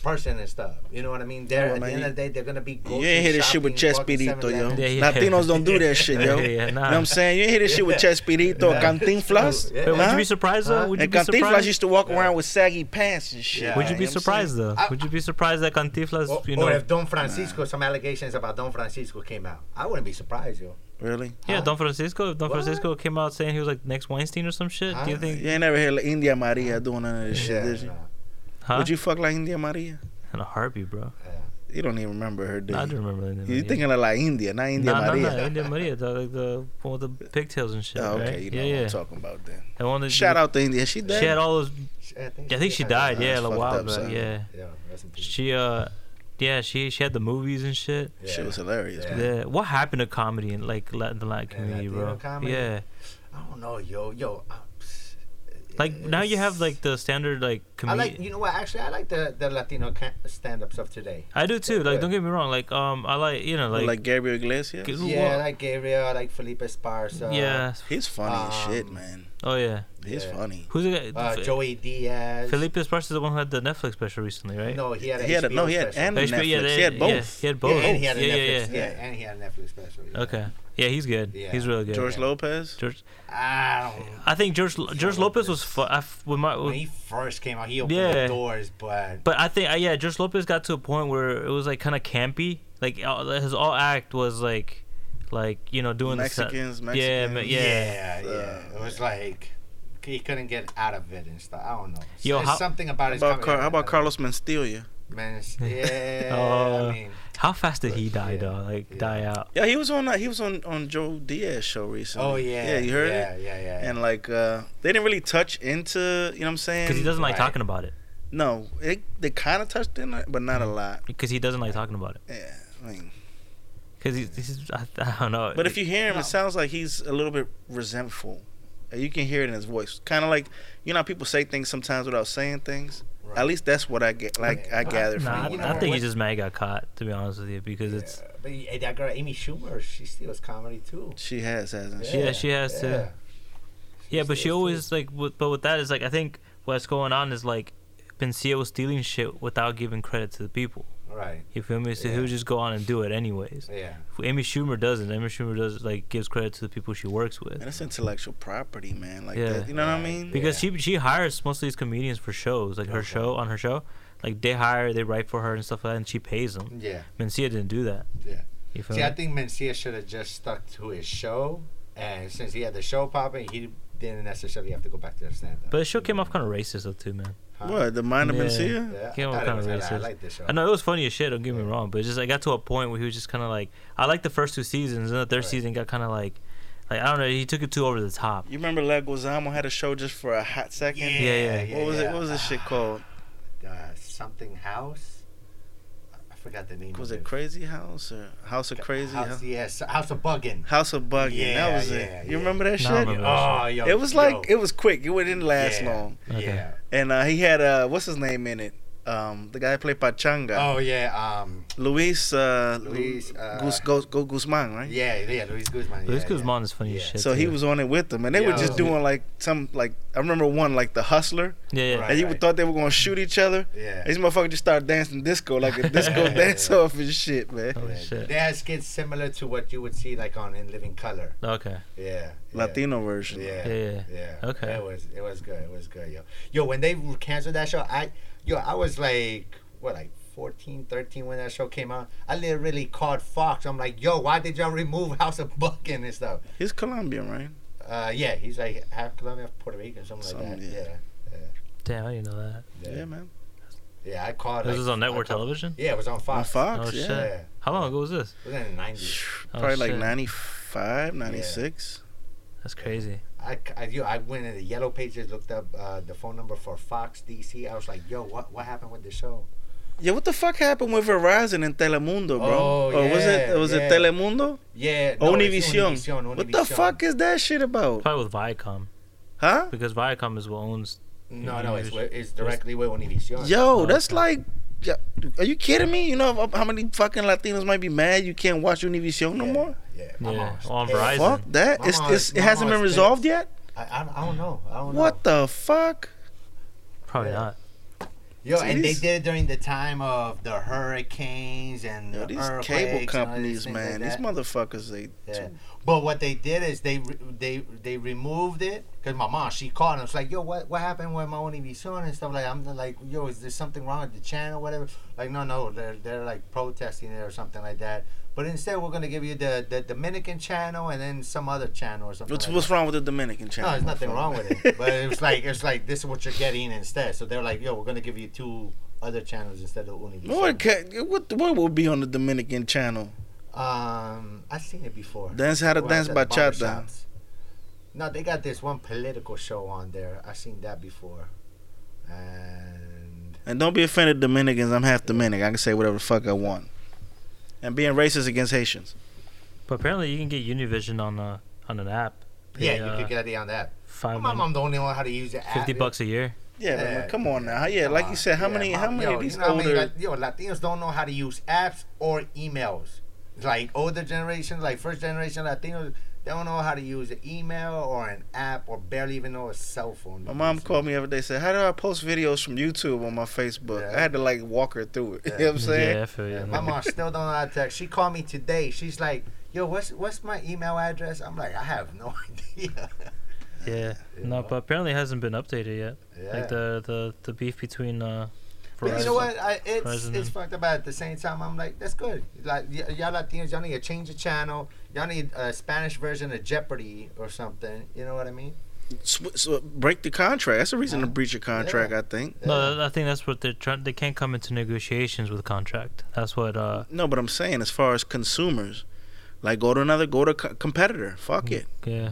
person and stuff. You know what I mean? They're
Well,
at
man,
the end
you-
of the day, they're gonna be.
You ain't hear this shit with Chespirito, yo.
Yeah, yeah.
Latinos don't do that shit, yo.
Yeah, yeah,
You know
nah.
what I'm saying? You ain't hear this shit with Chespirito, or Cantinflas.
Yeah.
But would
huh?
you be surprised though?
Huh?
Would you
And
be
Cantinflas
surprised?
used to walk around with saggy pants and shit.
Yeah.
Would you
man,
be
know what I'm
surprised though?
I-
Would you be surprised that Cantinflas,
Or,
you
or
know,
if Don Francisco, some allegations about Don Francisco came out, I wouldn't be surprised, yo.
saying? Really?
yeah, Don Francisco, if Don
What?
Francisco came out saying he was like next Weinstein or some shit, do you
Huh?
think?
You ain't never heard like India Maria doing none of this shit,
Yeah,
did you?
nah,
Huh?
Would you fuck like India Maria?
In a heartbeat, bro.
yeah.
You don't even remember her, do you?
I do remember that.
You thinking of like India, not India
no,
Maria.
No, no, India Maria, the, like the one with the pigtails and shit.
Oh, okay,
right?
you know
yeah,
what
yeah.
I'm talking about then.
The one that-
Shout out to India. She dead.
She had all those.
I think,
I think she died.
that's
Yeah, a
fucked
while
up,
back.
son.
Yeah,
Yeah, rest in peace.
she uh, yeah, she she had the movies and shit.
Yeah.
Shit was hilarious,
Yeah.
man.
The, what happened to comedy in like Latin, the Latin community,
Latino
bro?
comedy?
Yeah,
I don't know, yo, uh, yo. I, psst,
Like now you have like the standard like
I
comedian.
like you know what actually I like the the Latino ca- stand-ups of today.
I do
Yeah,
too. Like
good.
don't get me wrong. Like um I like you know
Like,
like,
Gabriel Iglesias.
g- who-
Yeah, I
well,
like uh, Gabriel, I like Felipe Esparza.
yeah.
He's funny as shit,
Um,
man.
Oh yeah.
He's
yeah.
funny.
Who's the guy?
Uh,
F-
Joey Diaz.
Felipe Esparza is the one who had the Netflix special recently, right?
No, he had a
He had a,
HBO
no, he had
special.
and
HBO,
Netflix.
yeah, they-
he had
yeah,
both.
he had
yeah,
both.
and he had a
yeah,
Netflix.
yeah,
Yeah, and he had a Netflix special. yeah.
Okay. Yeah, he's good.
Yeah.
He's really good.
George Lopez.
George
I don't.
I think George George Lopez was fu- I f- with my
When he first came out, he opened
Yeah.
the doors, but
But I think uh, yeah, George Lopez got to a point where it was like kind of campy. Like all, his all act was like, like you know doing
Mexicans,
The, sa- yeah, ma-
Mexicans.
yeah,
yeah, yeah. It was like he couldn't get out of it and stuff. I don't know.
Yo,
There's
how-
something about
How
his
about,
comedy
Car- how about
that-
Carlos Mencia?
Man, it's- yeah,
Oh.
I mean,
How fast did he die
yeah,
though? Like
yeah.
die out.
Yeah, he was on uh, he was on on Joe Diaz show recently.
oh yeah,
yeah, you heard
yeah,
it.
Yeah, yeah,
And like uh they didn't really touch into you know what I'm saying.
Because he doesn't like
Right.
talking about it.
No, it, they kind of touched in it, but not a lot.
Because he doesn't like talking about it.
Yeah, I mean,
Because he's, he's I, I don't know.
but if you hear him,
No.
it sounds like he's a little bit resentful. Uh, You can hear it in his voice, kind of like you know how people say things sometimes without saying things.
Right.
At least that's what I get. Like I
Nah,
gather
Nah, I,
from you.
know
I
what-
think he's just mad he got caught. To be honest with you, because it's
Yeah, But yeah, that girl Amy Schumer, she steals comedy too.
She has, hasn't she?
Yeah, she has to. yeah, but she
steals, too.
always like. With, but with that is like I think what's going on is like, Pincio was stealing shit without giving credit to the people.
Right.
You feel me? So
Yeah.
he would just go on and do it anyways.
Yeah.
Amy Schumer doesn't. Amy Schumer does like gives credit to the people she works
Man,
with
that's intellectual property, man. Like
Yeah.
that, you know what I mean?
because she she hires most of these comedians for shows like her
Okay.
show on her show, like they hire they write for her and stuff like that, and she pays them.
Yeah.
Mencia didn't do that.
Yeah.
You feel
See, I
me?
think Mencia should have just stuck to his show, and since he had the show popping, he didn't necessarily have to go back to the stand-up.
But the show came off kind of racist though too, man.
Huh?
what the mind of
Yeah.
Mencia?
Yeah, I
Came off
thought
kind
it
of
was,
racist.
I, I like this show.
I know it was funny as shit. Don't get me wrong, but it's just I got to a point where he was just kind of like I like the first two seasons, and the third
Right.
season got kind of like, like I don't know. He took it too over the top.
You remember La Gozamo had a show just for a hot second?
Yeah,
yeah.
yeah,
What was it?
yeah.
What was this shit called?
Uh, something House. I- I forgot the name.
Was
of
it Crazy House or House of Crazy?
House,
House,
yes, House of Buggin.
House of Bugging.
Yeah,
that was
yeah,
it. You
yeah.
remember that
Nah,
shit?
I remember that shit.
yo,
It was like it was quick. It didn't last
yeah,
long.
Okay.
Yeah.
And uh, he had uh, what's his name in it? Um, the guy who played Pachanga.
Oh yeah. Um.
Luis. Uh,
Luis,
Luis.
uh,
Gus, Go, Go Guzman, right?
Yeah. Yeah. Luis Guzman.
Luis
yeah,
Guzman is funny as
Yeah.
shit.
So he
too.
was on it with them, and they were
Yo.
just doing like some like I remember one like the hustler,
yeah yeah.
Right.
and you would thought they were gonna shoot each other.
Yeah.
These motherfuckers just started dancing disco like a disco
Yeah.
dance off and shit, man.
Oh,
Yeah.
shit.
They had skits similar to what you would see like on In Living Color.
Okay.
Yeah. yeah.
Latino version.
Yeah,
Yeah,
yeah,
yeah. Okay.
It was it was good. It was good, yo. Yo, when they canceled that show, I yo, I was like what like 14, 13 when that show came out. I literally called Fox. I'm like, yo, why did y'all remove House of Bucking and stuff?
He's Colombian, right?
Uh, yeah, he's like half Colombian, half Puerto Rican, something, like
Something,
that. Yeah.
Damn, I didn't know that.
Yeah,
Yeah, man.
Yeah, I called.
This
like,
was on network
I called-
television.
Yeah, it was on
On
Fox.
Fox,
Oh
yeah.
shit.
Yeah.
How long ago was this?
It was in the nineties.
Oh,
Probably like
shit.
95, 96.
That's crazy.
I, c- I, yo, I went in the yellow pages, looked up uh, the phone number for Fox DC. I was like, yo, what what happened with the show?
Yeah, what the fuck happened with Verizon and Telemundo, bro?
Oh,
or was it
yeah,
was
yeah.
it Telemundo?
Yeah, no, it's
Univision. What the
Univision.
fuck is that shit about?
Probably with Viacom
Huh?
because Viacom is what owns.
No, no, it's,
Univision.
with- it's directly with Univision.
Yo,
Oh,
that's
okay.
like yeah, are you kidding me? You know how- how many fucking Latinos might be mad you can't watch Univision no
Yeah,
more?
Yeah,
Yeah,
Mama's.
on
Yeah.
Verizon.
Fuck that.
My
It's,
mom-
it's,
my
it hasn't
mom
been
is
resolved yet?
I, I, I don't know. I don't know.
What the fuck?
Probably
Yeah.
not.
Yo, and they
Jeez.
did it during the time of the hurricanes and
Yo,
the
these
earthquakes and all
cable
these
companies,
things
man,
like
these
that.
motherfuckers, they.
Yeah. But what they did is they re- they they removed it because my mom she called and was like, "Yo, what what happened with my Univision and stuff like?" I'm like, "Yo, is there something wrong with the channel, whatever?" Like, no, no, they're they're like protesting it or something like that. But instead, we're gonna give you the, the Dominican channel and then some other channel or something.
What's,
like
what's
that.
wrong with the Dominican channel?
No, there's nothing
motherfucker?
wrong with it. But it was like it's like this is what you're getting instead. So they're like, "Yo, we're gonna give you two other channels instead of Univision."
What, ca- what what will be on the Dominican channel?
Um, I've seen it before.
Dance how to
Well,
dance
the
bachata.
barbershops. No, they got this one political show on there. I've seen that before. And
And don't be offended, Dominicans. I'm half Dominican. I can say whatever the fuck I want. And being racist against Haitians.
But apparently, you can get Univision uh, on a on an app.
Yeah,
pay,
you
uh,
could get it on that.
five
My
hundred-
mom don't know how to use the app.
50 bucks a year.
Yeah, but
Yeah.
come on now. Yeah, like you said, how
Yeah,
many,
my-
how many
yo,
of these
you know how many
older?
Lat- yo, Latinos don't know how to use apps or emails. Like older generations, like first generation Latinos, they don't know how to use an email or an app or barely even know a cell phone.
My mom called me every day. Said, "How do I post videos from YouTube on my Facebook?"
Yeah.
I had to like walk her through it.
Yeah.
you know what I'm saying?
Yeah, I feel you.
My mom still don't know how to text. She called me today. She's like, "Yo, what's what's my email address?" I'm like, "I have no idea."
Yeah. No, but apparently it hasn't been updated yet.
Yeah.
Like the, the, the beef between uh,
But you
Verizon-
know what? I, it's
President.
it's fucked up. At the same time, I'm like, that's good. Like y- y'all Latinos, y'all need to change the channel. Y'all need a Spanish version of Jeopardy or something. You know what I mean?
So, so break the contract. That's the reason to breach a contract. I think.
No, I think that's what they're trying. They can't come into negotiations with contract. That's what. uh
No, but I'm saying as far as consumers, like go to another, go to co- competitor.
Mm.
Fuck it.
Yeah.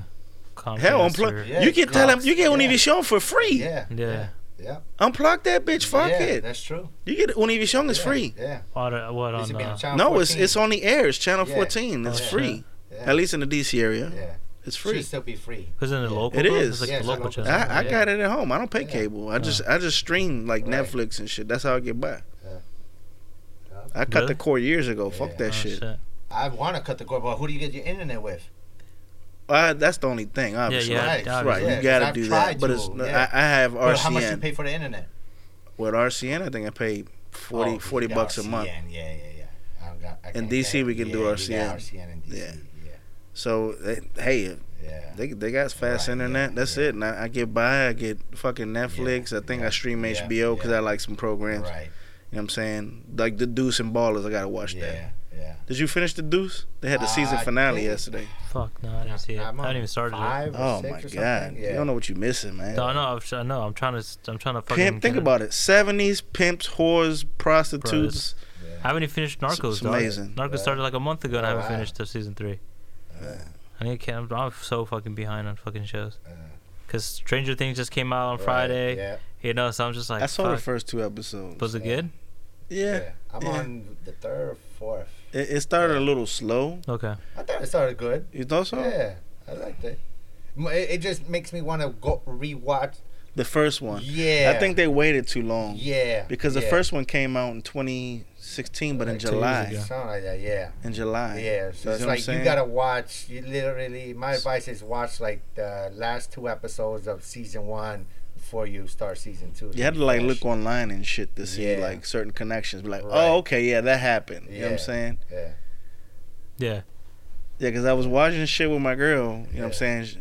Comcast
Hell,
or-
unplug.
Yeah,
you can tell them
Cox.
you get on
Yeah.
TV Show for free.
Yeah.
Yeah.
Yeah.
Unplug that bitch. Fuck
yeah,
it.
That's true.
You get on TV Show. It's
yeah,
free.
Yeah.
What, uh, what
Used to
on?
be on
Uh,
Channel
No, it's
14.
it's on the air. It's channel
Yeah.
14. It's
Oh,
free.
yeah.
At least in the DC area,
Yeah. Free.
it's free.
Should still be free.
isn't it local?
It
though?
is.
It's like
Yeah,
the
it's
local
local.
channel.
I, I
yeah.
got it at home. I don't pay
Yeah.
cable. I just I just stream like
Right.
Netflix and shit. That's how I get by.
Yeah.
I cut
Really?
the cord years ago.
Yeah.
Fuck that
Oh,
shit.
shit.
I want to cut the cord, but who do you get your internet with?
Uh, that's the only thing. Obviously,
yeah,
right?
obviously.
Right,
Yeah,
you
'cause
gotta
I've
do
tried
that. But
to,
it's no-
yeah.
I, I have
But how much you
RCN.
pay for the internet?
With RCN, I think I paid 40,
Oh,
40
yeah,
bucks a month.
RCN, Yeah, yeah, yeah. I don't got- I
In
can't
DC,
get-
we can do
yeah, you got
RCN.
RCN in DC.
Yeah.
Yeah.
So eh, hey,
Yeah.
they they got fast
Right,
internet.
yeah,
That's
yeah.
it. And I, I get by. I get fucking Netflix. I think
yeah,
I stream
yeah,
HBO because
yeah.
I like some programs.
Right.
You know what I'm saying? Like the Deuce and Ballers, I gotta watch that.
Yeah. Yeah.
Did you finish the Deuce? They had the season
I
finale
think-
yesterday.
Fuck no, I didn't see it. I'm I
I'm
had
on
not even started
five
it.
or
Oh
six
my
or something.
god!
Yeah.
You don't know what you're missing, man.
No, no, I've, I know. I'm trying to. I'm trying to fucking.
Pimp, think
get
about it. Seventies pimps, whores, prostitutes.
I haven't even finished Narcos.
it's
dog.
amazing.
Narcos started like a month ago, and I haven't
wow.
finished the season three. I need. to ca- I'm, I'm so fucking behind on fucking shows. Cause Stranger Things just came out on
Right,
Friday.
yeah.
You know, so I'm just like.
I saw the
fuck.
first two episodes.
Was it good?
yeah,
Yeah. I'm
yeah.
on the third or fourth.
It, it started a little slow.
Okay.
I thought it started good.
You thought so?
Yeah. I liked it. M- It it just makes me want to go rewatch.
The first one.
Yeah.
I think they waited too long.
Yeah.
Because the
yeah.
first one came out in 2016, but in
Like two years
July.
ago.
Something like that. Yeah.
In July.
Yeah, so
You
it's
know what I'm
like you
saying?
gotta watch. You literally, my advice is watch like the last two episodes of season one before you start season two.
You had to like
Fresh.
look online and shit to see
Yeah.
like certain connections. Be like,
Right.
oh, okay, yeah, that happened. You know what I'm
Yeah.
saying?
Yeah,
Yeah.
Yeah, because I was watching shit with my girl. You know what I'm
Yeah.
saying? She-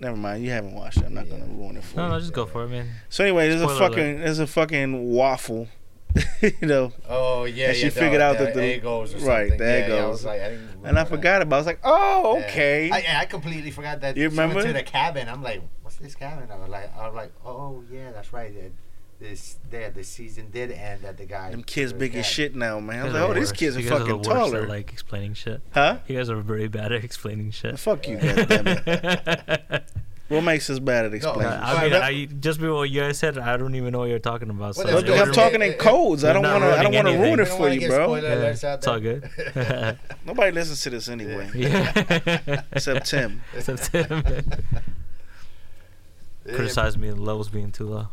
Never mind, you haven't watched it. I'm not gonna ruin it for
No,
you.
no, just go for it, man.
So anyway, there's a
Spoiler
fucking there's a fucking waffle. you know,
Oh yeah,
And she
yeah,
figured out that the-
egos or
right,
something.
the
yeah, Yeah, I
egos.
was like, I didn't remember
and I
that.
forgot about. it. I was like, oh,
Yeah.
okay.
I, yeah, I completely forgot that.
You
she went
remember?
to the cabin? I'm like, what's this cabin? I was like, I was like, oh yeah, that's right. That this there the season did end at the guy.
Them kids
the
big
cabin.
as shit now, man. I was
guys the
like, oh, these
worst.
kids are
You guys
fucking
the worst at,
taller.
like explaining shit.
huh?
You guys are very bad at explaining shit.
Fuck you, goddammit. What makes us bad at explaining?
No,
I mean,
Alright,
I just before you guys said, I don't even know what you're talking about. So
Well,
Well,
that's
it
dude, I'm
literally-
doesn't-
talking in
it-
codes. I
You're
don't
not
want to. I don't
ruining
want to
We don't
anything.
ruin it for
wanna
you,
get
bro.
spoiler
Yeah,
alerts out
it's all
there.
good. yeah.
Nobody listens to this anyway, except Tim.
Except him. Criticize me, the levels being too low.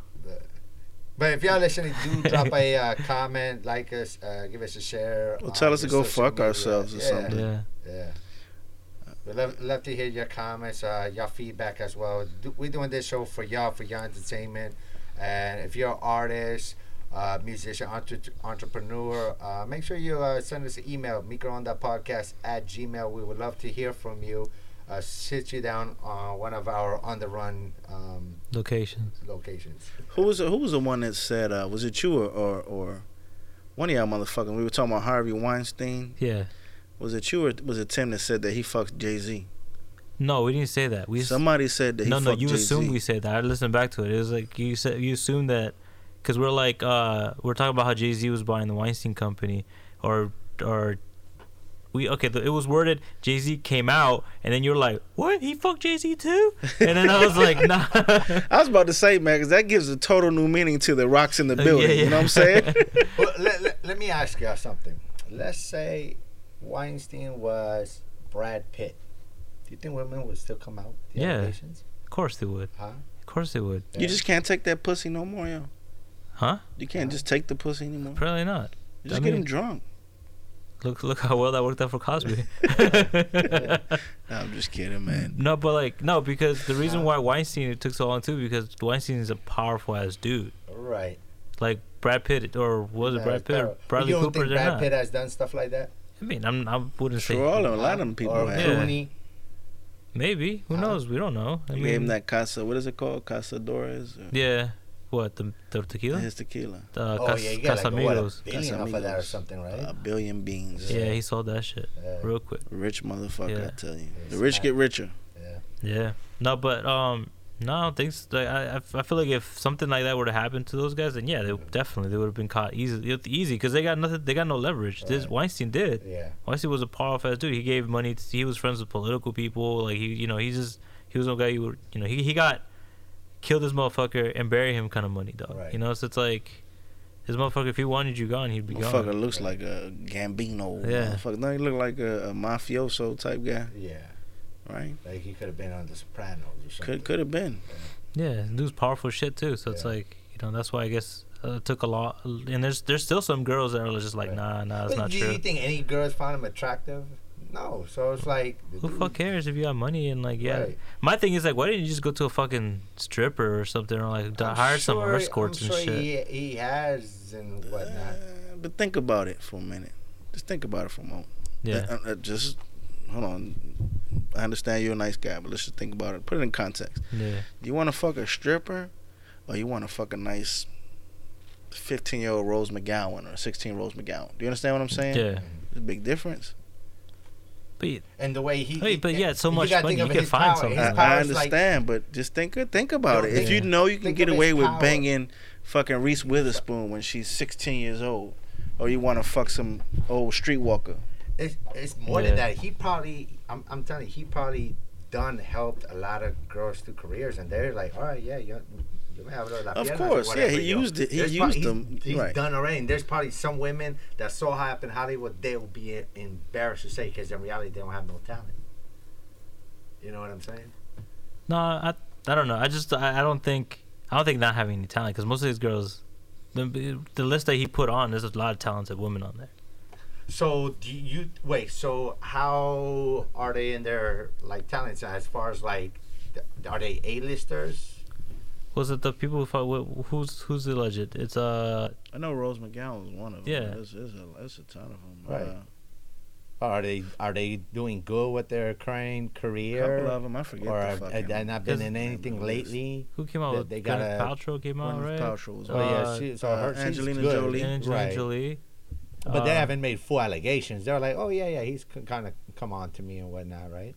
But if y'all listening, do drop a uh, comment, like us, uh, give us a share.
Well,
on
tell us to
your
go
social
fuck
media.
ourselves or
yeah,
something.
Yeah.
Yeah. We love, love to hear your comments, uh, your feedback as well. Do, we're doing this show for y'all, for your entertainment. And if you're an artist, uh, musician, entre- entrepreneur, uh, make sure you uh, send us an email, microondapodcast at gmail. We would love to hear from you. Uh, sit you down on one of our on the run um,
Locations.
locations.
Who was the, who was the one that said? Uh, was it you or, or or one of y'all motherfucking? We were talking about Harvey Weinstein.
Yeah.
Was it you or was it Tim that said that he fucked Jay Z?
No, we didn't say that. We
Somebody said that he
no, no.
fucked
You
Jay
assumed we
Z.
said that. I listened back to it. It was like you said you assumed that because we're like uh we're talking about how Jay Z was buying the Weinstein Company or or we okay. The, it was worded Jay Z came out and then you're like what he fucked Jay Z too and then I was like nah
I was about to say, man, because that gives a total new meaning to the rocks in the
Yeah,
building. You
yeah.
know what I'm saying?
well, let, let, let me ask y'all something. Let's say Weinstein was Brad Pitt. Do you think women would still come out? with The
Yeah.
Allegations?
Of course they would.
Huh?
Of course they would.
You just can't take that pussy no more, yo.
Huh?
You can't just take the pussy anymore.
Apparently not.
You're just
I
getting
mean-
drunk.
Look look how well that worked out for Cosby.
No, I'm just kidding, man.
no, but like no, because the reason why Weinstein it took so long too because Weinstein is a powerful ass dude.
Right.
Like Brad Pitt or was it
Uh,
Brad Pitt
Brad-
or Bradley
you don't
Cooper?
think
they're
Brad
not.
Pitt has done stuff like that?
I mean, I'm I wouldn't say
Sure, all of- a lot of them people
Or
have.
Yeah.
Clooney.
maybe. Who
Huh?
knows? We don't know. I
You gave him
mean,
that Casa. What is it called? Casadores. or-
yeah. What the the tequila?
His tequila.
uh,
Oh
Cas-
yeah, you got like a, what, a
Casamigos.
billion off of that or
Casamigos. Uh,
something, right?
A billion beans.
Yeah, he sold that shit
Yeah.
real quick.
Rich motherfucker,
Yeah.
I tell you.
Yes,
The rich
I-
get richer.
yeah.
Yeah. No, but um, no, I don't think so. Like, I, I f- I feel like if something like that were to happen to those guys, then yeah, they definitely they would have been caught easy, easy, because they got nothing, they got no leverage. This
Right.
Weinstein did.
Yeah.
Weinstein was a powerful ass dude. He gave money. To, he was friends with political people. Like he, you know, he just he was a guy you were, you know, he he got kill this motherfucker and bury him kind of money, dog.
Right.
You know, so it's like this motherfucker. If he wanted you gone, he'd be gone.
Motherfucker looks like a Gambino.
Yeah.
Motherfucker. No, he look like a, a mafioso type guy,
Yeah.
right?
Like he could have been on The Sopranos or something.
Could could have been.
Yeah, and dude's powerful shit too. So it's
Yeah.
like you know that's why I guess uh, it took a lot. And there's there's still some girls that are just like
Right.
nah nah that's
But
not
do
true.
you think any girls found him attractive? No. So it's like the
Who the
dude-
fuck cares if you got money and like yeah.
Right.
My thing is like why didn't you just go to a fucking stripper or something or like d-
I'm
hire some
sure-
escorts
I'm
and
sure
shit.
He, he has and whatnot.
Uh, but think about it for a minute. Just think about it for a moment.
yeah.
Uh, uh, uh, just hold on. I understand you're a nice guy, but let's just think about it. Put it in context.
yeah.
You want to fuck a stripper, or you want to fuck a nice fifteen-year-old Rose McGowan or sixteen Rose McGowan? Do you understand what I'm saying?
Yeah.
It's a big difference.
But y-
And the way he.
Hey, but yeah, it's so
you
much
gotta
money,
think of
you can
his
find
power.
something.
His
I, I
power's like-
understand, but just think think about
Yo,
it. If
think-
you know you can
think
get
of
away
his
with
power.
banging fucking Reese Witherspoon when she's 16 years old, or you want to fuck some old streetwalker,
It's, it's more
Yeah.
than that. He probably, I'm, I'm telling you, he probably done helped a lot of girls through careers, and they're like, all right, yeah, you you may have a lot
Of course, yeah, he used it. He used them,
He's, he's
right.
done already. And there's probably some women that's so high up in Hollywood they will be e- embarrassed to say because in reality they don't have no talent. You know what I'm saying?
No, I I don't know. I just I, I don't think I don't think not having any talent because most of these girls, the the list that he put on, there's a lot of talented women on there.
So do you wait? So how are they in their like talents as far as like, th- are they A-listers?
Was it the people who fought? wh- Who's who's the legend? It's uh
I know Rose McGowan was one of them.
Yeah.
There's, there's a, there's a ton of them.
Right.
Uh,
Are they are they doing good with their current
a
career?
couple of them, I forget
or
the
have
fucking
have they not been in anything lately?
Who came out
They-
with
they
they
got
Gwyneth
a-
Paltrow came out,
Gwyneth
right?
Paltrow was
Uh,
Oh
one.
yeah, she, so
uh,
her, she's
Angelina
good.
Jolie.
Angelina
right.
Jolie.
But they
Uh,
haven't made full allegations. They're like, oh yeah, yeah, he's c- kind of come on to me and whatnot, right?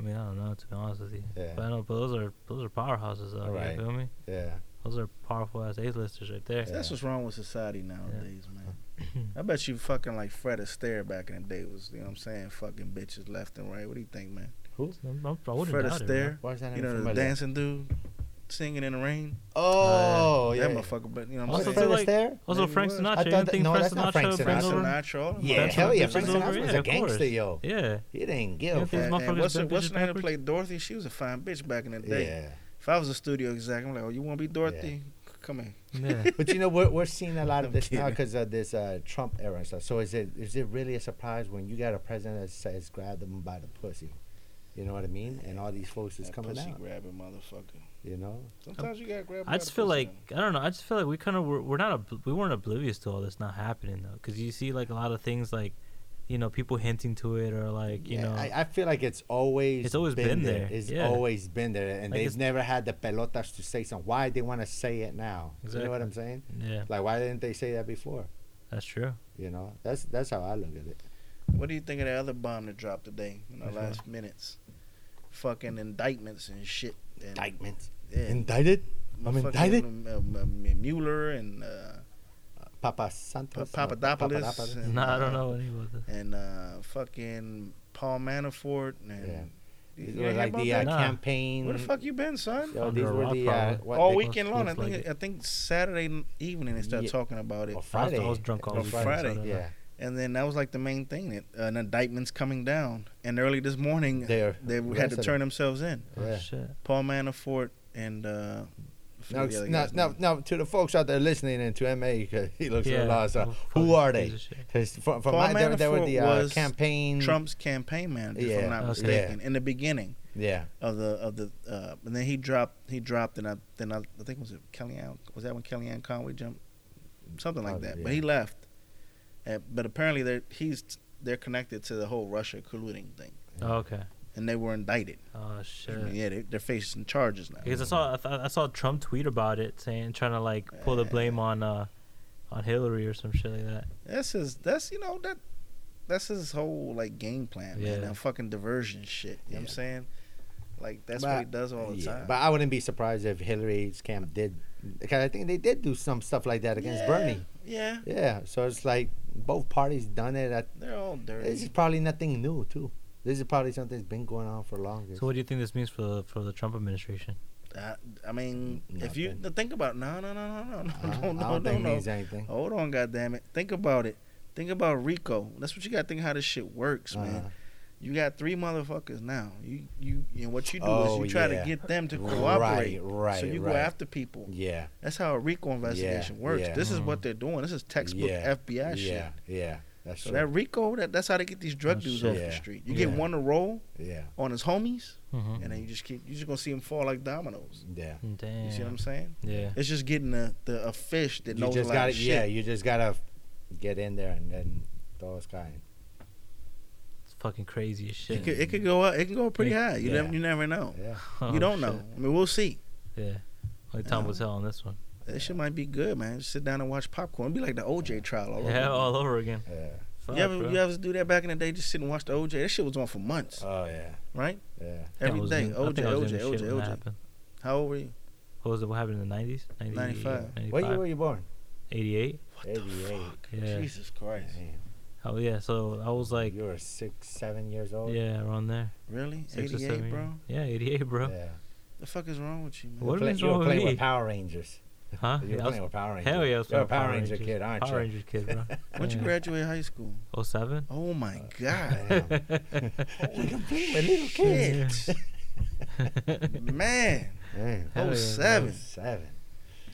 I mean, I don't know to be honest with you.
Yeah.
But I know, but those are those are powerhouses, though.
Right.
You feel me?
Yeah.
Those are powerful ass A-listers right there.
That's what's wrong with society nowadays, man. I bet you fucking like Fred Astaire back in the day was, you know what I'm saying, fucking bitches left and right. What do you think, man?
I'm, I'm, I wouldn't
Fred
doubt it. man.
Astaire,
Why is that
you know,
even
the
familiar?
dancing dude singing in the rain.
Oh yeah.
that motherfucker, but you know what
Also, too,
I'm
Fred
saying?
like,
Astaire?
also
Maybe
Frank
it was.
I
Sinatra. You
thought
don't
that-
think
no,
Frank
that's not
Sinatra
Frank
brings
Sinatra.
over?
Sinatra.
yeah.
Frank
Hell yeah,
Sinatra's
Frank
over,
Sinatra was
yeah,
a
of course.
gangster, yo.
Yeah.
He didn't
Yeah,
give.
These
And, and
motherfuckers
what's her,
been
what's
bitches
her name that
backwards.
played Dorothy? She was a fine bitch back in the day.
Yeah.
If I was a studio exec, I'm like, oh, you want to be Dorothy? Come here.
Yeah.
But you know we're, we're seeing a lot of
I'm
this now
kidding.
because of this uh, Trump era and stuff. So is it is it really a surprise when you got a president that says grab them by the pussy? You know what I mean? And all these folks is
That
coming
pussy
out.
grabbing motherfucker.
You know?
Sometimes you gotta grab.
I just feel like I don't know. I just feel like we kind of were, we're not obl- we weren't oblivious to all this not happening though, because you see like a lot of things like, you know, people hinting to it or like you
Yeah,
know,
I, I feel like it's always
It's always been there,
It's
yeah.
always been there, and
Like
they've
it's-
never had the pelotas to say something. Why they want to say it now? You know what
Exactly.
I'm saying?
yeah,
Like why didn't they say that before?
that's true.
You know? That's that's how I look at it.
What do you think of the other bomb that dropped today in the
Which
last minutes? Fucking indictments and shit. And,
Indictments.
Yeah,
Indicted. I'm
motherfucking,
indicted?
Um, um, um, Mueller and uh,
Papa Santos.
Pa- Papadopoulos and-
No, I don't know any of this.
and uh, fucking Paul Manafort and.
Yeah.
You
These
ain't
were
hear
like
about
the
that?
uh,
Nah.
campaign.
Where the fuck you been, son?
Yo,
Under
these
a
were
rock
the uh,
probably.
what
all
they-
week-
weekend
Looks-
long. I
looks
think
like it.
I think Saturday n- evening they start
Yeah.
talking about it.
or
I was-
Friday.
I was drunk all
Or
weekend,
Friday.
so I don't know.
Yeah,
And then that was like the main thing. That an indictment's coming down. And early this morning,
They are
they had to
arrested.
turn themselves in.
Yeah.
Oh, Shit.
Paul Manafort and uh, I forget
Now,
the other
now,
guy's
now,
name.
now, to the folks out there listening and to MA, 'cause he looks at a lot of
well,
stuff.
fucking
Who are they?
piece of shit.
'Cause from, from my,
Paul
they, were- they were the
Manafort
uh,
was
campaign.
Trump's campaign manager, if
Yeah.
I'm not
Okay.
mistaken, in the beginning
Yeah.
of the of the, uh, and then he dropped he dropped, and I then I, I think was it Kellyanne was that when Kellyanne Conway jumped, something like
Probably,
that. But
Oh, yeah.
he left, and, but apparently they're he's they're connected to the whole Russia colluding thing,
Oh, okay.
and they were indicted.
Oh
I
shit.
mean, yeah, they, they're facing charges now.
Because I saw I, th- I saw Trump tweet about it, saying trying to like pull the blame on uh on Hillary or some shit like that.
That's his. That's you know that. That's his whole like game plan, man.
Yeah.
That fucking diversion shit. You know what I'm
Yeah.
saying? Like that's
But-
what he does all the
yeah,
time.
But I wouldn't be surprised if Hillary's camp did. Because I think they did do some stuff like that against
Yeah,
Bernie.
Yeah,
Yeah. So it's like both parties done it. At,
they're all
this is
dirty.
probably nothing new, too. This is probably something that's been going on for longer.
So what do you think this means for the for the Trump administration?
I, I mean, if you
Nothing.
think about no, no, no, no, no,
I don't,
no, no,
I
no,
don't
no,
think it
no.
means anything.
Hold on, goddamn it. Think about it. Think about Rico. That's what you got to think how this shit works,
Uh-huh.
man. You got three motherfuckers now. You you and what you do
Oh,
is you try
yeah.
to get them to
Right,
cooperate.
right,
So you
right.
go after people.
Yeah.
That's how a RICO investigation works.
yeah.
This is what they're doing. This is textbook
yeah,
FBI shit.
Yeah. Yeah. That's
So
true.
that RICO, that, that's how they get these drug
Oh,
dudes
shit.
off
Yeah.
the street. You
Yeah.
get one to roll
yeah.
on his homies,
Mm-hmm.
and then you just keep you just gonna see them fall like dominoes.
Yeah.
Damn.
You see what I'm saying?
yeah.
It's just getting a the a fish that
You
knows a
just
lot
got
of
to
shit.
yeah. You just gotta get in there and then throw a sky.
It's fucking crazy as shit.
It could, it could go up. It can go up pretty high. You
Yeah.
never you never know.
Yeah.
Oh,
you don't
shit.
know. I mean, we'll see.
Yeah. Like Tom
Yeah.
was hell on this one.
That shit might be good, man. Just sit down and watch popcorn. It'd be like the OJ trial. All
yeah,
over.
all over again.
Yeah.
Fuck,
you ever
bro.
you ever do that back in the day? Just sit and watch the OJ. That shit was on for months,
Oh yeah.
right?
Yeah.
I think I
Every
was
day.
in- I
OJ,
think I was in
OJ,
the shit
OJ,
when that
OJ.
happened.
How old were you?
What was it? What happened in the 90s? 90,
95.
95.
What year were you born?
88.
Eighty-eight.
Yeah.
Jesus Christ.
Damn.
Oh yeah. So I was like,
you were six, seven years old.
yeah, around there.
Really?
Six or seven.
88, bro?
years. Yeah, 88, bro.
Yeah.
The fuck is wrong with you, man?
What
Play-
is
you were
wrong with
playing
me?
with Power Rangers.
Huh?
You were
Yeah, I was-
playing with Power Rangers.
Hell yeah, I was
You're a
playing
Power Ranger kid, aren't
Power
you?
Ranger kid, bro.
When'd you graduate high school?
Oh seven.
Oh my God.
Damn. Oh,
a little kid.
Damn.
man.
Hell yeah, bro.
Oh seven.
Seven.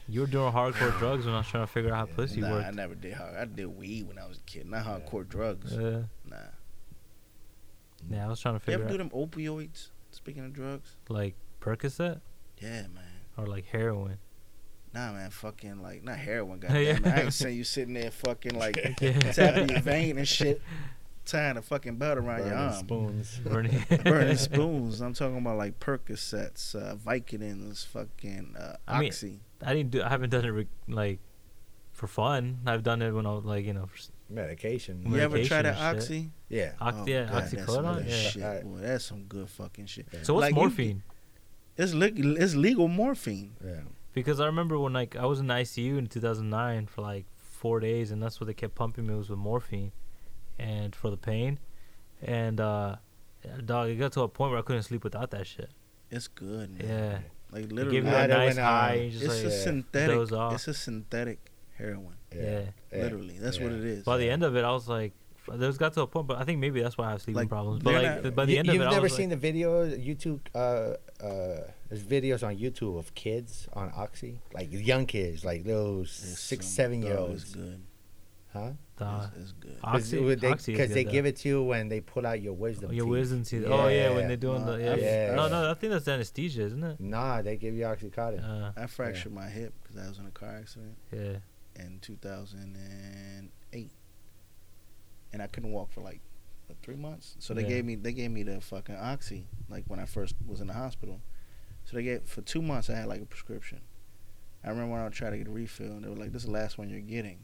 You were doing hardcore drugs when I was trying to figure out how pussy
Nah, I
worked.
never did hard. I did weed when I was a kid, not hardcore drugs.
Uh,
Nah.
yeah, I was trying to
You ever
figure
do
out
them opioids? Speaking of drugs?
like Percocet
Yeah, man.
or like heroin.
Nah, man, fucking like not heroin,
Yeah.
goddamn. it. I ain't saying you sitting there fucking like
Yeah.
tapping your vein and shit, tying a fucking belt around your
Burning
arm,
spoons.
Bernie.
burning spoons. I'm talking about like Percocets, uh, Vicodins, fucking uh,
I mean-
Oxy.
I didn't do. I haven't done it re- like for fun. I've done it when I was like you know. For, s-
Medication.
you ever
medication
try that
and shit.
Oxy?
Yeah.
ox-
Oh,
yeah,
God, that's some
oxycodone.
good
Yeah.
Shit,
Alright.
boy, that's some good fucking shit.
So what's
Like, you-
morphine?
It's legal, it's legal morphine.
Yeah.
Because I remember when like I was in ICU in 2009 for like four days, and that's what they kept pumping me was with morphine, and for the pain, and uh, dog, it got to a point where I couldn't sleep without that shit.
It's good, man.
Yeah,
Like
it
literally, Ah,
gave me
I
that
don't
nice
know.
high. And
it's
just
a
like,
synthetic.
doze off.
It's a synthetic heroin.
yeah.
Literally, that's what
Yeah.
it is.
By the end of it, I was like, there's got to a point, but I think maybe that's why I have sleeping
Like,
problems. But
they're
like
not-
the, by the
You-
end of
you've
it, I
never
was
seen
like,
the video YouTube. Uh, uh, there's videos on YouTube of kids on oxy, like young kids, like little
It's
six,
some-
seven
dog,
year
It's
olds,
good.
huh?
"Nah,
It's- it's good.
Because
Oxy,
they,
Oxy is
'cause
good,
they
though."
give it to you when they pull out your wisdom.
Your
teeth.
wisdom teeth. Oh yeah, when they're doing
No,
the yeah.
yeah.
No, no, I think that's anesthesia, isn't it?
Nah, they give you oxycontin.
Uh,
I fractured my hip because I was in a car accident
yeah.
in 2008, and I couldn't walk for like what, three months. So they
Yeah.
gave me they gave me the fucking oxy like when I first was in the hospital. So they gave for two months I had like a prescription. I remember when I would try to get a refill, and they were like, "This is the last one you're getting,"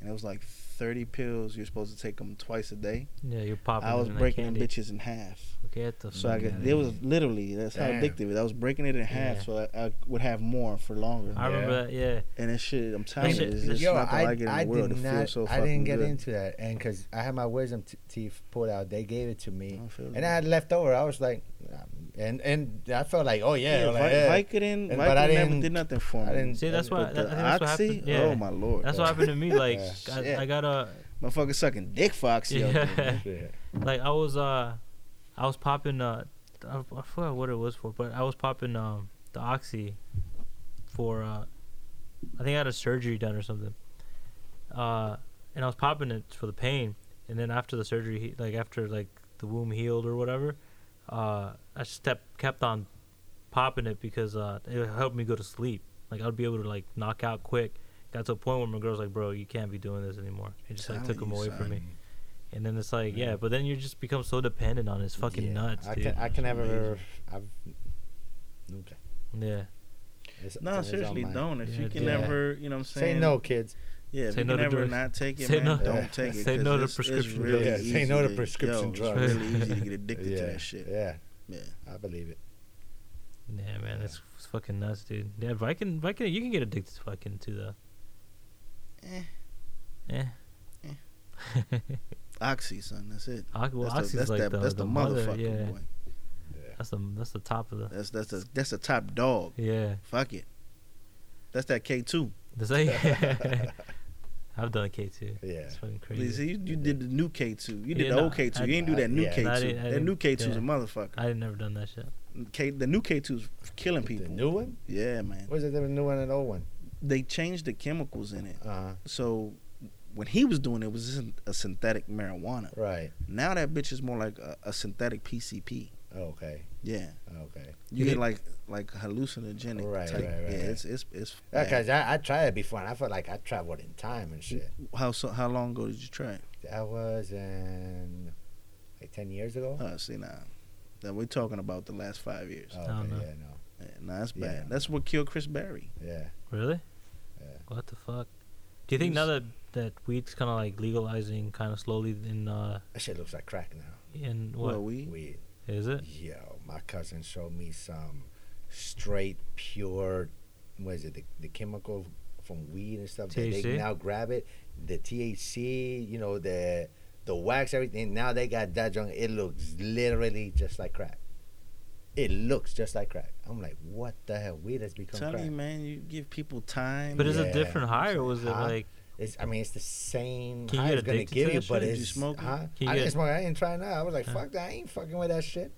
and it was like 30 pills. You're supposed to take them twice a day.
Yeah, you're popping.
I was
them
breaking
like
them
candy.
bitches in half.
Get the
So I
fuck
could,
outta
it
here.
was literally that's how
Damn.
addictive it. I was breaking it in half,
Yeah.
so I, I would have more for longer.
I remember that. Yeah.
And that shit, I'm telling you,
shit-
it's just
Yo,
nothing
I,
like it in
I
the world. It
did not.
feels so
I
fucking
didn't get
good.
into that, and because I had my wisdom t- teeth pulled out, they gave it to me,
I feel
and
that.
I had left over. I was like, um, and and I felt like, oh yeah,
Yeah,
like,
Vi-
yeah.
Vicodin,
And-
Vicodin
but I
never
didn't-
did nothing for me.
I didn't-
See, that's
But
why.
But
that- I
the
think that's what
oxy,
happened. Yeah.
oh my lord,
That's what happened to me. Like,
Yeah.
I, I got a
Motherfucker sucking dick foxy. Yeah.
Yeah.
Shit.
like I was uh I was popping uh I, I forgot what it was for, but I was popping um the oxy for uh I think I had a surgery done or something. Uh and I was popping it for the pain and then after the surgery he- like after like the womb healed or whatever, uh I just kept kept on popping it because uh it helped me go to sleep. Like I'd be able to like knock out quick. Got to a point where my girl's like, "Bro, you can't be doing this anymore." It just like
Telling
took him
you,
away
son.
from me. And then it's like, yeah, but then you just become so dependent on it. It's fucking
Yeah,
nuts,
I
dude.
can I can never. I've. Nunca.
yeah.
It's-
No,
it's on
seriously,
mine.
don't. If
Yeah,
you can
dude.
never, you know what I'm
Say
saying?
no, kids.
Yeah, if
Say
you
no
can
to
never
drugs.
not take it,
Say
man,
no-
Yeah.
don't take it.
say
'cause
no to
it's- it's
prescription
really
drugs. Yeah, say no to
easy
prescription
yo,
drugs.
It's really easy to get addicted
yeah,
to that shit.
Yeah,
Yeah.
I believe it.
Yeah, man, it's, it's fucking nuts, dude. Yeah, Viking, Viking, you can get addicted to fucking too, though.
Eh.
Eh.
Oxy, son. That's it.
Ox- well,
that's
Oxy's
the, that's
like
that,
the,
that's
the,
the,
mother,
motherfucker
yeah.
boy.
That's the that's the top of the.
That's that's the that's the top dog.
Yeah.
Fuck it. That's that K two.
That's like, I've done K two.
Yeah.
It's fucking crazy.
See, you, you did the new K two. You did
Yeah,
the
no,
old K two.
I-
You didn't do that new
yeah.
K
I
two.
didn't- I
That new K
didn't-
two's a
yeah.
motherfucker.
I had never done that shit.
K, the new K two's killing
The
people.
new one?
yeah, man.
What is it? The new one and old one?
They changed the chemicals in it.
Uh,
So when he was doing it, it was just a synthetic marijuana.
right.
Now that bitch is more like a, a synthetic PCP.
Okay.
Yeah,
Okay.
you
Yeah.
get like like hallucinogenic.
Right,
type.
right, right,
Yeah,
right.
it's it's it's.
Yeah,
bad.
cause I, I tried it before and I felt like I traveled in time and shit.
How so? How long ago did you try it?
That was in like ten years ago.
Oh, see now, now we're talking about the last five years.
Oh,
don't
okay,
know.
yeah, no,
Yeah, Eh, nah, that's bad.
Yeah.
That's what killed Chris Berry.
yeah.
Really?
Yeah.
What the fuck? Do you think
He's-
now that that weed's kind of like legalizing kind of slowly in uh
That shit looks like crack now.
in what is
Well, we
Weird.
it?
Yo, my cousin showed me some straight, pure, what is it, the, the chemical from weed and stuff. That they
THC?
now grab it, the THC, you know, the the wax, everything. Now they got that junk. It looks literally just like crack. It looks just like crack. I'm like, what the hell? Weed has become
tell
crack.
you, man, you give people time.
But is
Yeah.
it different high or was it
Huh?
like?
It's, I mean, it's the same.
Can you
high
get
it's gonna
addicted
give
to
you,
that
but
shit? Did
it's
you smoke it?
Huh?
Can you
I
get-
didn't smoke. it. I didn't try that. I was like,
Huh.
fuck that. I ain't fucking with that shit.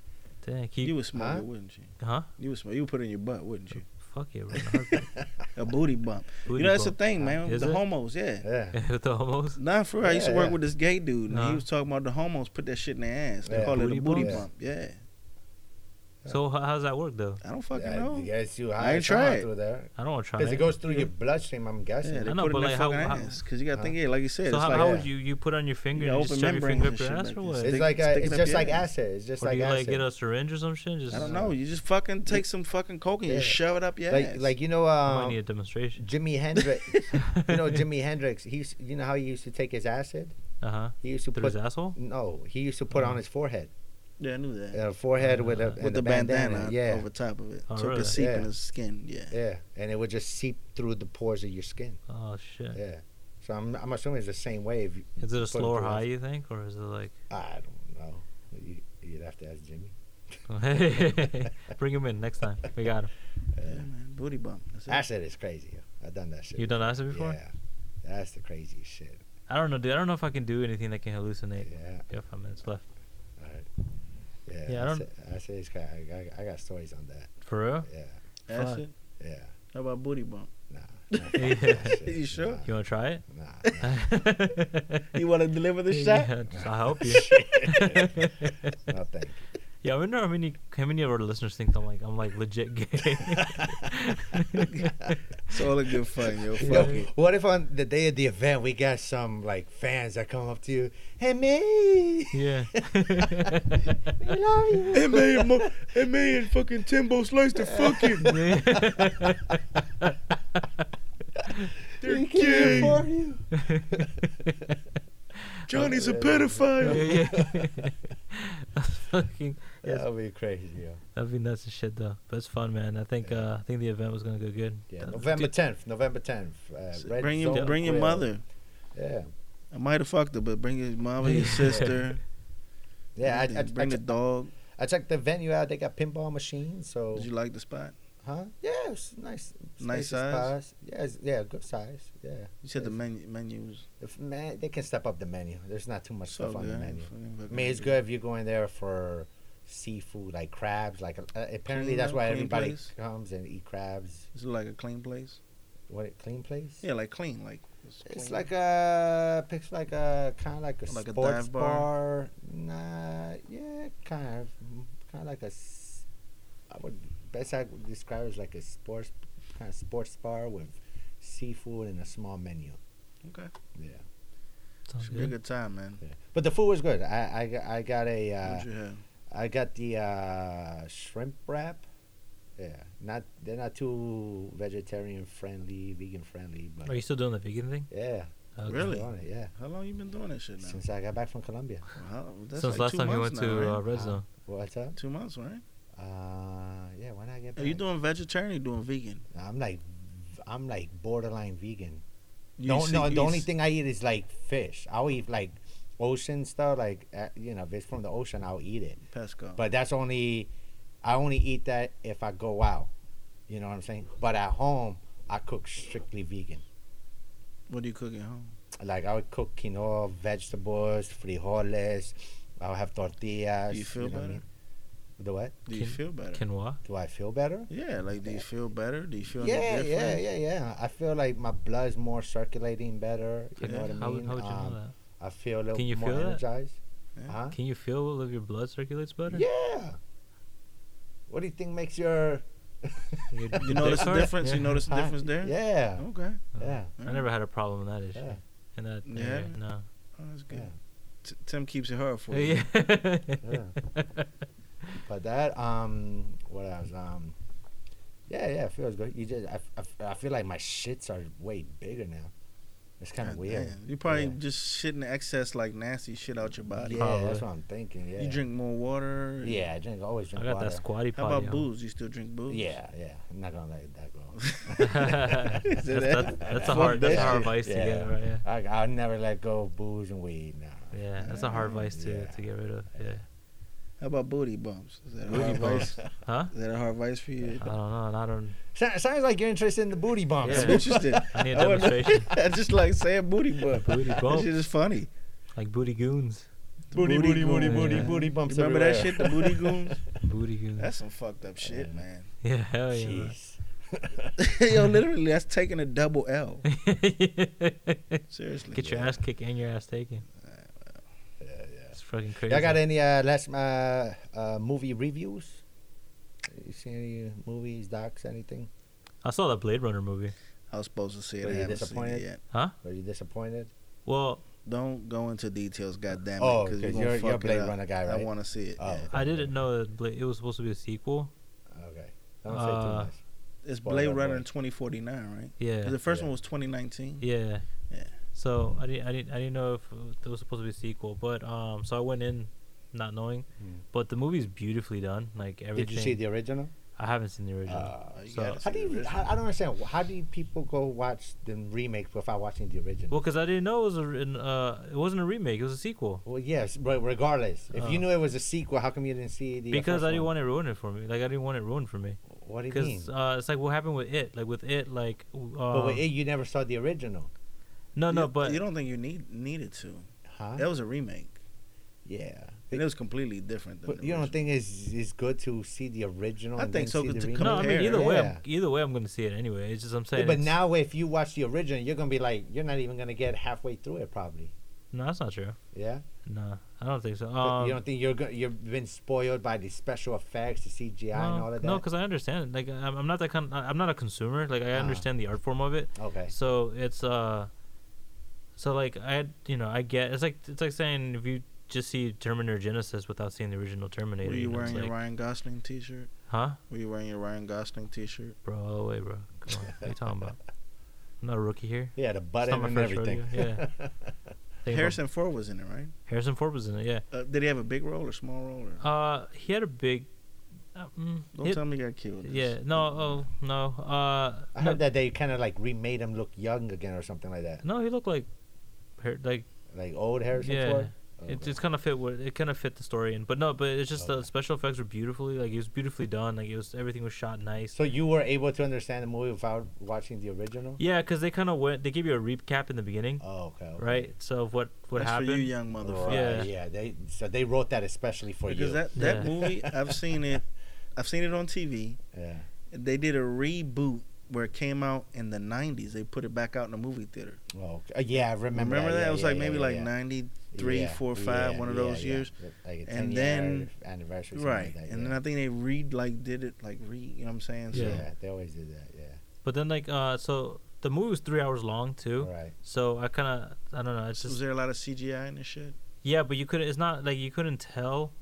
Dang, can
You,
you,
would smoke
Huh?
it, wouldn't you?
huh?
You would smoke. You would put it in your butt, wouldn't you?
Fuck it, bro.
A booty bump.
Booty
you know, that's
bump.
the thing, man.
Is
the
it?
homos, yeah.
Yeah.
With the homos.
Nah, for real. I used to
Yeah,
work
yeah.
with this gay dude, and
Uh-huh.
he was talking about the homos put that shit in their ass. They
Yeah.
call it
Booty
a booty
bumps?
bump. Yeah,
So how, how does that work though?
I don't fucking
I,
know.
I guess you
I
high
ain't
somehow
tried.
through there
I don't want to try.
because it
it.
goes through your bloodstream. I'm guessing.
Yeah, they
I know,
put it
but
in
like,
their
how-
fucking
how-
ass. Cause you gotta
Huh?
think, yeah, like you said,
So
it's
how,
like
how
yeah.
would you you put on your finger
You
and you just
open
shove your
membranes
finger
and
up your ass
shit like
or
this.
what?
It's
Stick-
like a,
sticking
it's
up
just
your
like
ass.
acid. It's just
or do
like
you like
acid.
get a syringe or some shit? Just
I don't know. You just fucking take some fucking coke and you
Yeah.
shove it up your
like
ass.
like you know
I might need
um,
a demonstration.
Jimi Hendrix. you know Jimi Hendrix. He's you know how he used to take his acid.
Uh huh.
He used to
Through his
put
asshole. Oh.
no. He used to put on his forehead.
yeah, I knew that.
Uh, forehead with a
With
and
the
a
bandana,
Yeah.
over top of it,
Oh,
so it
really?
could seep
Yeah.
in his skin. Yeah.
Yeah, and it would just seep through the pores of your skin.
Oh shit.
Yeah. So I'm I'm assuming it's the same way. If you
Is it a
put
slower
through-
high you think, or is it like?
I don't know. You, you'd have to ask Jimmy.
Bring him in next time. We got him.
Yeah, man. Booty bump. That's it.
Acid is crazy. yo. I've done that shit.
You done acid before?
Yeah. That's the craziest shit.
I don't know, dude. I don't know if I can do anything that can hallucinate.
Yeah.
We got five minutes left.
Yeah,
Yeah, I
I,
don't-
say, I say it's kind of, I, I got stories on that.
For real?
Yeah,
Acid.
yeah.
How about booty bump?
Nah. nah, fuck
Yeah.
that shit,
You sure?
You want to try it?
Nah. nah,
You want to deliver the shot?
Yeah, just- I'll help you.
nah, no, thank you.
yeah, I wonder how many how many of our listeners think I'm like I'm like legit gay.
It's all a good fun, yo. Fuck
Yo,
it.
what if on the day of the event we got some like fans that come up to you, hey me,
yeah.
we love you.
It made mo- it made fucking Timbo slice the fucking.
We came for you.
Johnny's
Yeah.
pedophile.
yeah, yeah. That's fucking Yes.
That would be crazy, yo.
that'd be nuts as shit though. But it's fun, man. I think uh, I think the event was gonna go good.
Yeah,
That-
November
dude,
tenth, November tenth. Uh, Red
Bring your
Zone
bring your
Grill.
mother.
Yeah,
I might have fucked her, but bring your mom and your sister.
yeah. I, I, I,
bring the
checked-
dog.
I checked the venue out. They got pinball machines, so
Did you like the spot?
Huh? Yeah, it was nice.
Nice
spacious
size?
Yeah, it's, yeah, good size. Yeah.
You said the menu menus.
If man, they can step up the menu. There's not too much
So
stuff on the
good.
menu.
Fucking
I mean, it's
fucking-
good if you go in there for seafood, like crabs. Like uh, apparently
Clean
that's
up,
why
clean
everybody
place.
comes and eat crabs.
Is it like a clean place?
What a clean place?
Yeah, like clean, like
It's
clean.
like a, it's like a kind of like a
Like a
sports
dive
bar.
bar?
Nah, yeah, kind of, kind of like a. s- I would best I would describe it as like a sports kind of sports bar with seafood and a small menu.
okay.
Yeah,
Sounds
Should be a
good.
good time, man.
yeah. but the food was good. I I, got- I got a. Uh,
What'd you have?
I got the uh, shrimp wrap. Yeah, not they're not too vegetarian friendly, vegan friendly, but
Are you still doing the vegan thing?
yeah,
Okay.
Oh, Really?
they're on it, yeah.
How long you been doing that shit now?
Since I got back from Colombia,
Wow, that's
Since
like
last
two
time you went
months now,
to
right?
uh, Red Zone.
what's up?
two months, right?
Uh, yeah, when I get
Are
back,
you doing vegetarian? Or you doing vegan?
I'm like, I'm like borderline vegan.
You
no,
see-
no,
you
the only
s-
thing I eat is like fish. I'll eat like ocean stuff, like uh, you know, if it's from the ocean, I'll eat it.
Pesco.
But that's only I only eat that if I go out. You know what I'm saying? But at home, I cook strictly vegan.
what do you cook at home?
Like I would cook quinoa, vegetables, frijoles. I'll have tortillas.
Do you feel
what I
better?
mean? The what?
Do you
Quin-
feel better?
Quinoa.
Do I feel better?
yeah, like do you feel better? Do you feel
Yeah,
any different?
yeah, yeah, yeah. I feel like my blood's more circulating better. You know
Yeah.
what I mean?
How, would- how would you
Um,
know
I feel a little
you
more
feel that?
energized.
Yeah.
Huh?
that? Can you feel if your blood circulates better?
Yeah. What do you think makes your?
Your- your
You
dick
notice the
hard?
difference? You
Yeah.
notice the
Huh?
difference there? Oh.
Yeah.
Okay.
Yeah.
All
I
right.
never had a problem with that issue.
Yeah.
And that.
You
area,
haven't?
No.
Oh, that's good.
Yeah.
T- Tim keeps it hard for you.
Yeah.
But that um, what else um, yeah, yeah, it feels good. You just I, I, I feel like my shits are way bigger now. It's kind of
God
weird.
damn. You probably
Yeah.
just shitting excess like nasty shit out your body.
Yeah,
Probably.
that's what I'm thinking. Yeah.
You drink more water. and-
Yeah, I drink. I always
I
drink
got
water.
that squatty
How
potty.
about booze? You still drink booze?
Yeah, yeah. I'm not gonna let that go.
that's, that's, that's a
Fuck
hard. That's a
that
hard
shit.
vice to get. Right. Yeah.
I, I'll never let go of booze and weed. Nah.
Yeah, that's a hard vice to,
Yeah.
to get rid of. Yeah.
How about booty bumps? Is that a
Booty
hard
bumps.
vice? Is
Huh?
that a hard vice for you?
I don't know. and I don't.
So- Sounds like you're interested in the booty bumps.
I'm
Yeah.
interested.
I need a
I wanna-
demonstration.
I just like saying booty bump.
Booty
That
bump.
shit is funny.
Like booty goons.
Booty, booty, booty, booty,
Yeah.
booty
You
bumps.
remember that
everywhere.
shit, the booty goons?
Booty goons.
That's some fucked up shit, man.
yeah. Hell Oh, yeah. man.
Jeez.
Yo, literally, that's taking a double L. Seriously.
Get your
man.
ass kicked and your ass taken. It's fucking crazy.
Y'all got any uh, last uh, uh, movie reviews? You see any movies, docs, anything?
I saw the Blade Runner movie.
I was supposed to see it.
Were
I
you
haven't seen it
disappointed?
yet.
Were you disappointed?
Well,
Don't go into details, goddamn
Oh,
because
'cause
you're,
you're-
gonna
you're
fuck it
Blade
up.
Runner guy,
I
right?
want to see it.
Oh.
yeah.
I didn't know that Blade, it was supposed to be a sequel.
Okay. Don't say too
Uh,
much.
It's
Spoiler
Blade
alert.
Runner in 2049, right?
Yeah.
'Cause The first
Yeah.
one was 2019.
Yeah.
Yeah.
So I didn't, I didn't, I didn't know if it was supposed to be a sequel, but um, so I went in not knowing,
Mm.
but the movie's beautifully done. Like everything.
Did you see the original?
I haven't seen the original. Oh,
Uh,
you
So-
gotta
how
see
do
the
you?
original.
How, I don't understand. How do you people go watch the remake without watching the original?
well, because I didn't know it was a, re- an, uh, it wasn't a remake. It was a sequel.
Well, yes, but regardless, if you
Oh.
knew it was a sequel, how come you didn't see the?
Because
first
I didn't
one?
want it ruined for me. Like I didn't want it ruined for me.
What do you mean?
Because uh, it's like what happened with it. Like with it, like. Um,
but with it, you never saw the original,
no, no,
You-
but
you don't think you need needed to.
huh?
That was a remake,
yeah.
and it was completely different. Than
But
the
you don't
original.
think it's it's good to see the original?
I
and
think
then
so,
see
good
the
to
remake?
No, I mean either way,
Yeah.
I'm, either way, I'm gonna see it anyway. It's just I'm
Yeah,
saying.
but
it's-
now if you watch the original, you're gonna be like, you're not even gonna get halfway through it, probably.
no, that's not true.
Yeah.
No, I don't think so.
But
Um,
you don't think you're go- you've been spoiled by the special effects, the CGI, and all of that?
No, because I understand. Like I'm, I'm not that kind. I'm not a consumer. Like I
Ah.
understand the art form of it.
okay.
So it's uh, so like I you know I get it's like it's like saying if you just see Terminator Genesis without seeing the original Terminator.
Were you
know, it's
wearing your
like,
Ryan Gosling T-shirt?
Huh,
Were you wearing your Ryan Gosling T-shirt?
bro? oh, Wait, bro. Come on. What are you talking about? I'm not a rookie here.
Yeah, the
It's not
button
my
and
first
everything.
rodeo. Yeah. Think about-
Harrison Ford was in it, right?
Harrison Ford was in it. Yeah.
Uh, did he have a big role or small role? Or?
Uh, he had a big. Uh, mm,
don't
he-
tell me he got killed.
Yeah. No. Oh no. Uh.
I
no,
heard that they kind of like remade him look young again or something like that,
No, he looked like, Har- like
like old Harrison
yeah,
Ford.
I don't
It,
know.
it's kind of fit what it kind of fit the story in, but no, but it's just the special effects were beautifully like it was beautifully done, like it was everything was shot nice.
So you were able to understand the movie without watching the original?
Yeah, because they kind of went. They give you a recap in the beginning,
Oh, okay. okay.
right? So what what
That's
happened?
for you, young
Right,
motherfucker.
yeah.
Yeah.
They so they wrote that especially for
Oh, Because
you.
that that
Yeah.
movie, I've seen it. I've seen it on TV.
yeah.
They did a reboot where it came out in the '90s. They put it back out in the movie theater.
Oh, okay. Uh, yeah. I remember.
Remember, that?
Yeah,
it was
yeah,
like
yeah,
maybe
yeah,
like
yeah.
'93,
Yeah,
four, five,
yeah,
one of
yeah,
those
yeah.
years.
Like a 10
And
year
then-
anniversary, something
Right,
like that,
and
yeah.
then I think they re like did it like re. You know what I'm saying? So,
yeah.
Yeah.
they always do that. Yeah,
But then like uh, so the movie was three hours long too.
right.
So I kind of I don't know. It's
was
just
there a lot of CGI in this shit?
Uh,
yeah, but you could not it's not like you couldn't tell,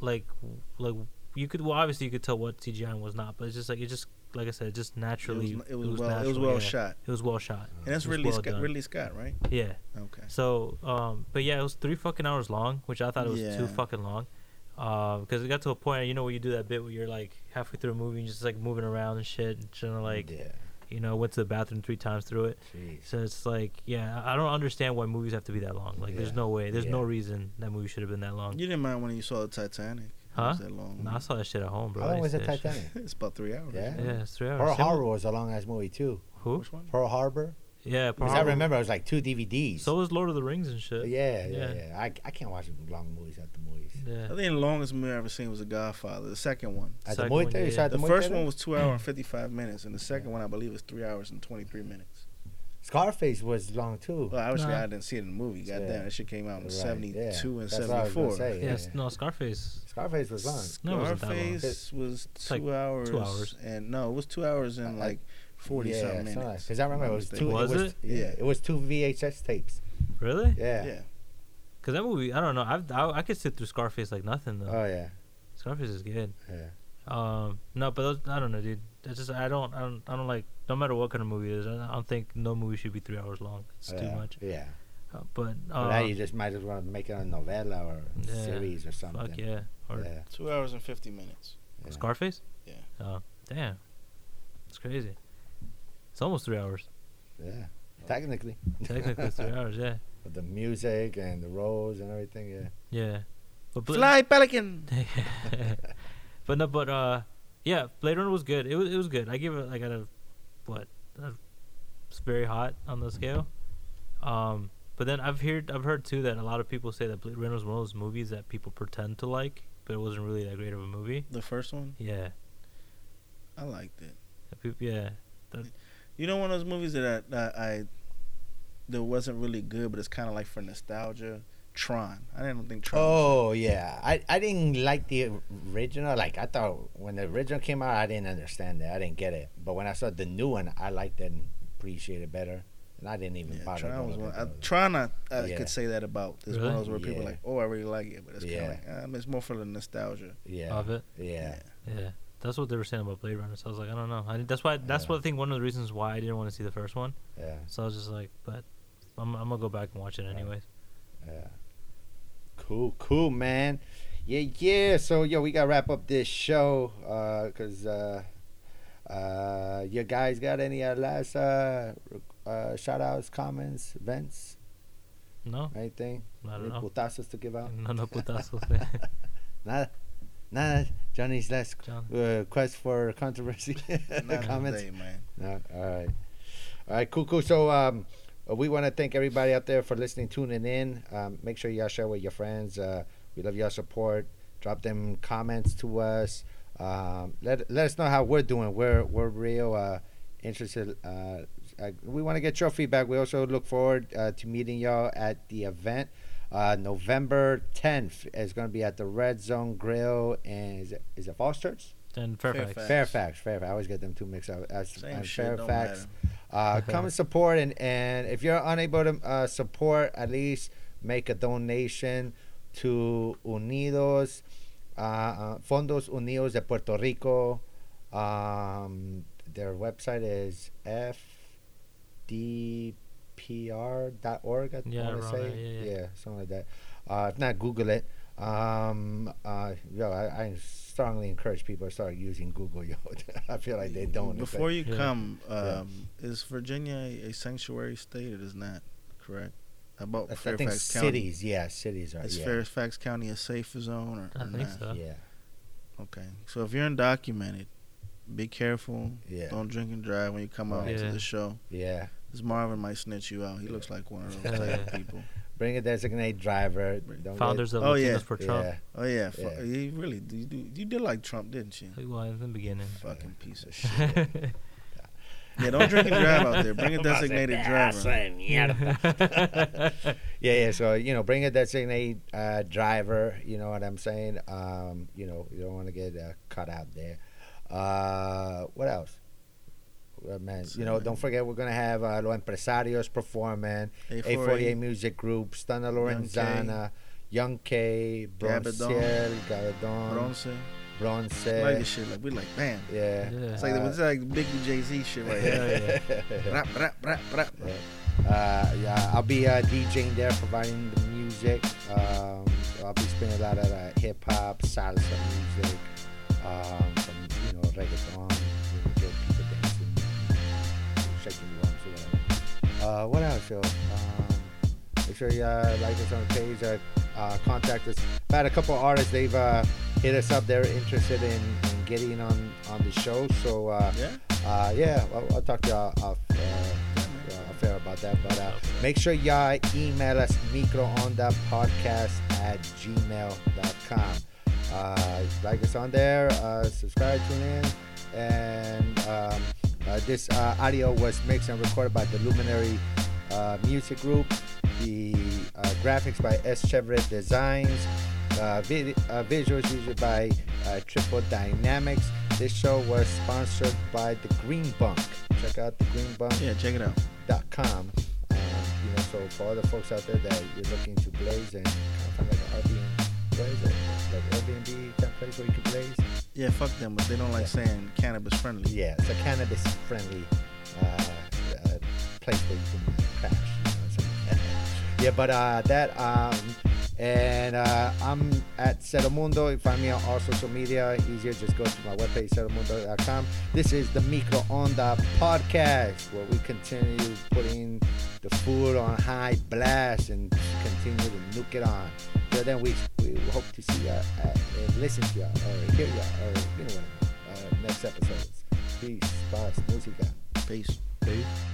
like w- like you could well obviously you could tell what CGI and was not, but it's just like it just like I said, it just naturally
it was, it was well, it was
natural,
well
yeah.
shot,
It was well shot.
and that's
It was
Ridley
well
Scott.
done.
Ridley Scott, right?
Yeah.
Okay.
So, um, but yeah, it was three fucking hours long, which I thought it was
Yeah.
too fucking long. Because it got to a point, you know, where you do that bit where you're like halfway through a movie and just like moving around and shit, and trying to like,
yeah,
you know, went to the bathroom three times through it.
jeez.
So it's like, yeah, I I don't understand why movies have to be that long. Like, there's
Yeah.
no way, there's no
Yeah.
reason that movie should have been that long.
You didn't mind when you saw the Titanic. It
Huh?
was that long.
Nah, I saw that shit at home, bro.
How
I
long
didn't
was
see
the
that shit.
Titanic?
it's about three hours.
Yeah.
Yeah, it's three hours.
Pearl
Same with-
Harbor was a long ass movie too.
Who?
Which one?
Pearl Harbor.
Yeah, Pearl
'Cause I
Harbor.
remember it was like two DVDs.
So was Lord of the Rings and shit.
yeah, yeah, yeah.
Yeah.
I, I can't watch long movies at the movies.
Yeah.
I think the longest movie I ever seen was The Godfather. The second one.
At the
Second
movie
one,
theater,
yeah,
you saw it
yeah.
at the
The
movie
first
theater?
one was two hour and fifty five minutes, and the second one I believe is three hours and twenty three minutes.
Scarface was long too.
Well, obviously
Nah.
I didn't see it in the movie. Goddamn,
Yeah.
that shit came out in
Right,
seventy two
yeah.
and
That's what I
seventy
was gonna
four.
say, yeah,
Yes,
yeah.
no, Scarface.
Scarface was long.
No, it wasn't that long.
Scarface was
It's
two
like two
hours.
hours.
And no, it was two hours
I- I-
and like forty
yeah,
something
something like-
minutes.
Cause I remember it was
Mistake.
two.
Was
it? Was,
it?
Yeah,
Yeah.
it was two VHS tapes.
Really?
Yeah.
Yeah.
Because that movie, I don't know. I've, I, I could sit through Scarface like nothing, though.
Oh yeah.
Scarface is good.
Yeah.
Um, no, but those, I don't know, dude. That's just I don't, I don't, I don't like. No matter what kind of movie it is, I I don't think no movie should be three hours long. It's too
yeah,
much.
Yeah.
Uh, but
But
uh,
now you just might as well make it a novella or a
Yeah.
series or something.
fuck yeah, or
Yeah.
Two hours and fifty minutes.
yeah.
Scarface.
Yeah.
Oh, damn, it's crazy. It's almost three hours.
Yeah. Technically,
Technically, it's three hours. Yeah,
with the music and the roles and everything. Yeah.
yeah. But, but
Fly Pelican.
but no, but uh, yeah, Blade Runner was good. It was it was good. I give it like out of what? A, it's very hot on the scale. Um, but then I've heard I've heard too that a lot of people say that Blade Runner was one of those movies that people pretend to like, but it wasn't really that great of a movie.
The first one,
Yeah,
I liked it.
That peop- yeah,
You know, one of those movies that I, that I that wasn't really good, but it's kind of like for nostalgia. Tron. I didn't think Tron. was-
Oh yeah, I, I didn't like the original. Like I thought when the original came out, I didn't understand it. I didn't get it. But when I saw the new one, I liked it and appreciated it better. And I didn't even
Yeah,
bother.
Tron
to
was
look
one.
at
I,
those.
Tron, I, I
Yeah.
could say that about. It's one
Really?
of those where people
Yeah.
like, oh, I really like it, but it's
Yeah.
kind of like, um, it's more for the nostalgia.
yeah,
of it.
yeah,
Yeah, that's what they were saying about Blade Runner. So I was like, I don't know. I, didn't- that's why that's
Yeah.
what I think one of the reasons why I didn't want to see the first one.
yeah,
So I was just like, but I'm I'm gonna go back and watch it anyways.
yeah. Cool, cool, man. Yeah, yeah. So yo, we gotta wrap up this show, uh, cause uh, uh, you guys got any uh, last uh, uh, shout outs, comments, events,
No,
anything?
I
Any
don't know. Mm-hmm.
putazos to give out?
No, no putazos, man.
Nada. Nada. Johnny's last
John.
uh, quest for controversy.
Not
Comments?
today, man.
No. All right. All right. Cool. Cool. So um, uh, we want to thank everybody out there for listening, tuning in. Um, make sure y'all share with your friends. Uh, we love y'all support. Drop them comments to us. Um, let let us know how we're doing. We're we're real uh, interested. Uh, uh, we want to get your feedback. We also look forward uh, to meeting y'all at the event. Uh, November 10th is going to be at the Red Zone Grill, and is it, is it Falls Church?
And Fairfax.
Fairfax.
Fairfax, Fairfax. I always get them two mixed up. That's
Same
uh,
shit, don't
Fairfax. Uh, come and support, and, and if you're unable to uh, support, at least make a donation to Unidos, uh, uh, Fondos Unidos de Puerto Rico. Um, their website is fdpr.org. I
Yeah,
want to
around
say,
there, yeah, yeah.
something like that. Uh, if not, Google it. Um, uh, yo, I, I strongly encourage people to start using Google. Yo, I feel like they don't. It's
Before
like-
you
Yeah.
come, um, is Virginia a sanctuary state? It is not, correct? about
That's, I
Fairfax
think
County?
cities. Yeah, cities are.
Is
Yeah.
Fairfax County a safe zone or,
I
or
think
not?
so.
yeah.
Okay, so if you're undocumented, be careful.
Yeah.
Don't drink and drive when you come out
Right.
to
Yeah.
the show.
Yeah.
This Marvin might snitch you out. He looks like one of those
Oh,
type of
yeah.
people.
Bring a designated driver. Don't
Founders of
Oh,
Latinos
yeah.
for
Get,
Trump.
yeah.
Oh yeah, fu-
Yeah.
you really do- you, do- you did like Trump, didn't you?
Who was in the beginning?
Fucking piece of shit.
yeah.
Yeah, don't drink and drive out there. Bring a designated driver.
Yeah, yeah. So you know, bring a designated uh, driver. You know what I'm saying? Um, you know, you don't want to get uh, cut out there. Uh, what else? Uh, man, you know, don't forget we're gonna have uh, Los Empresarios performing, A48
A48.
Music Group, Stunna Lorenzana, Young K, Bronce,
Gabadon.
Gabadon,
Bronze.
Bronce.
Like this shit. Like we like, man.
Yeah.
It's like
Uh,
it's like Biggie Jay Z shit right
Hell
here.
yeah.
Brap, brap, brap, brap.
Uh, yeah, I'll be uh, DJing there, providing the music. Um, I'll be spinning a lot of uh, hip hop, salsa music, um, some you know reggaeton, you know, get people dancing, shaking the arms or whatever. Uh, what else, yo? Um, make sure you uh, like us on the page. Uh, uh, contact us. I've had a couple artists. They've uh, hit us up. They're interested in, in getting on on the show. So uh,
Yeah.
uh, yeah, I'll, I'll talk to y'all off, uh, uh, off air about that. But uh, make sure y'all email us microondapodcast at gmail.com. Uh, like us on there, uh, subscribe, tune in. And um, uh, this uh, audio was mixed and recorded by the Luminary uh, Music Group, the uh, graphics by S. Chevrolet Designs. Uh, vid- uh, visuals used by uh, Triple Dynamics. This show was sponsored by the Green Bunk. Check out the
Yeah, check it out.
thegreenbunk.com. Um, you know, so for all the folks out there that you're looking to blaze and kind of find like an Airbnb, what is it? Like Airbnb, that place where you can blaze.
Yeah, fuck them, but they don't like saying cannabis friendly.
Yeah, it's a cannabis-friendly uh, uh, place where you can uh, crash. You know what I'm saying? yeah, but uh, that um, and uh, I'm at Ceremundo. You find me on all social media. Easier, just go to my webpage ceremundo.com. This is the Micro Onda podcast where we continue putting the food on high blast and continue to nuke it on. So then we, we hope to see y'all uh, and listen to y'all or hear y'all or you know what, uh, next episodes. Peace, paz, música.
Peace.
Peace.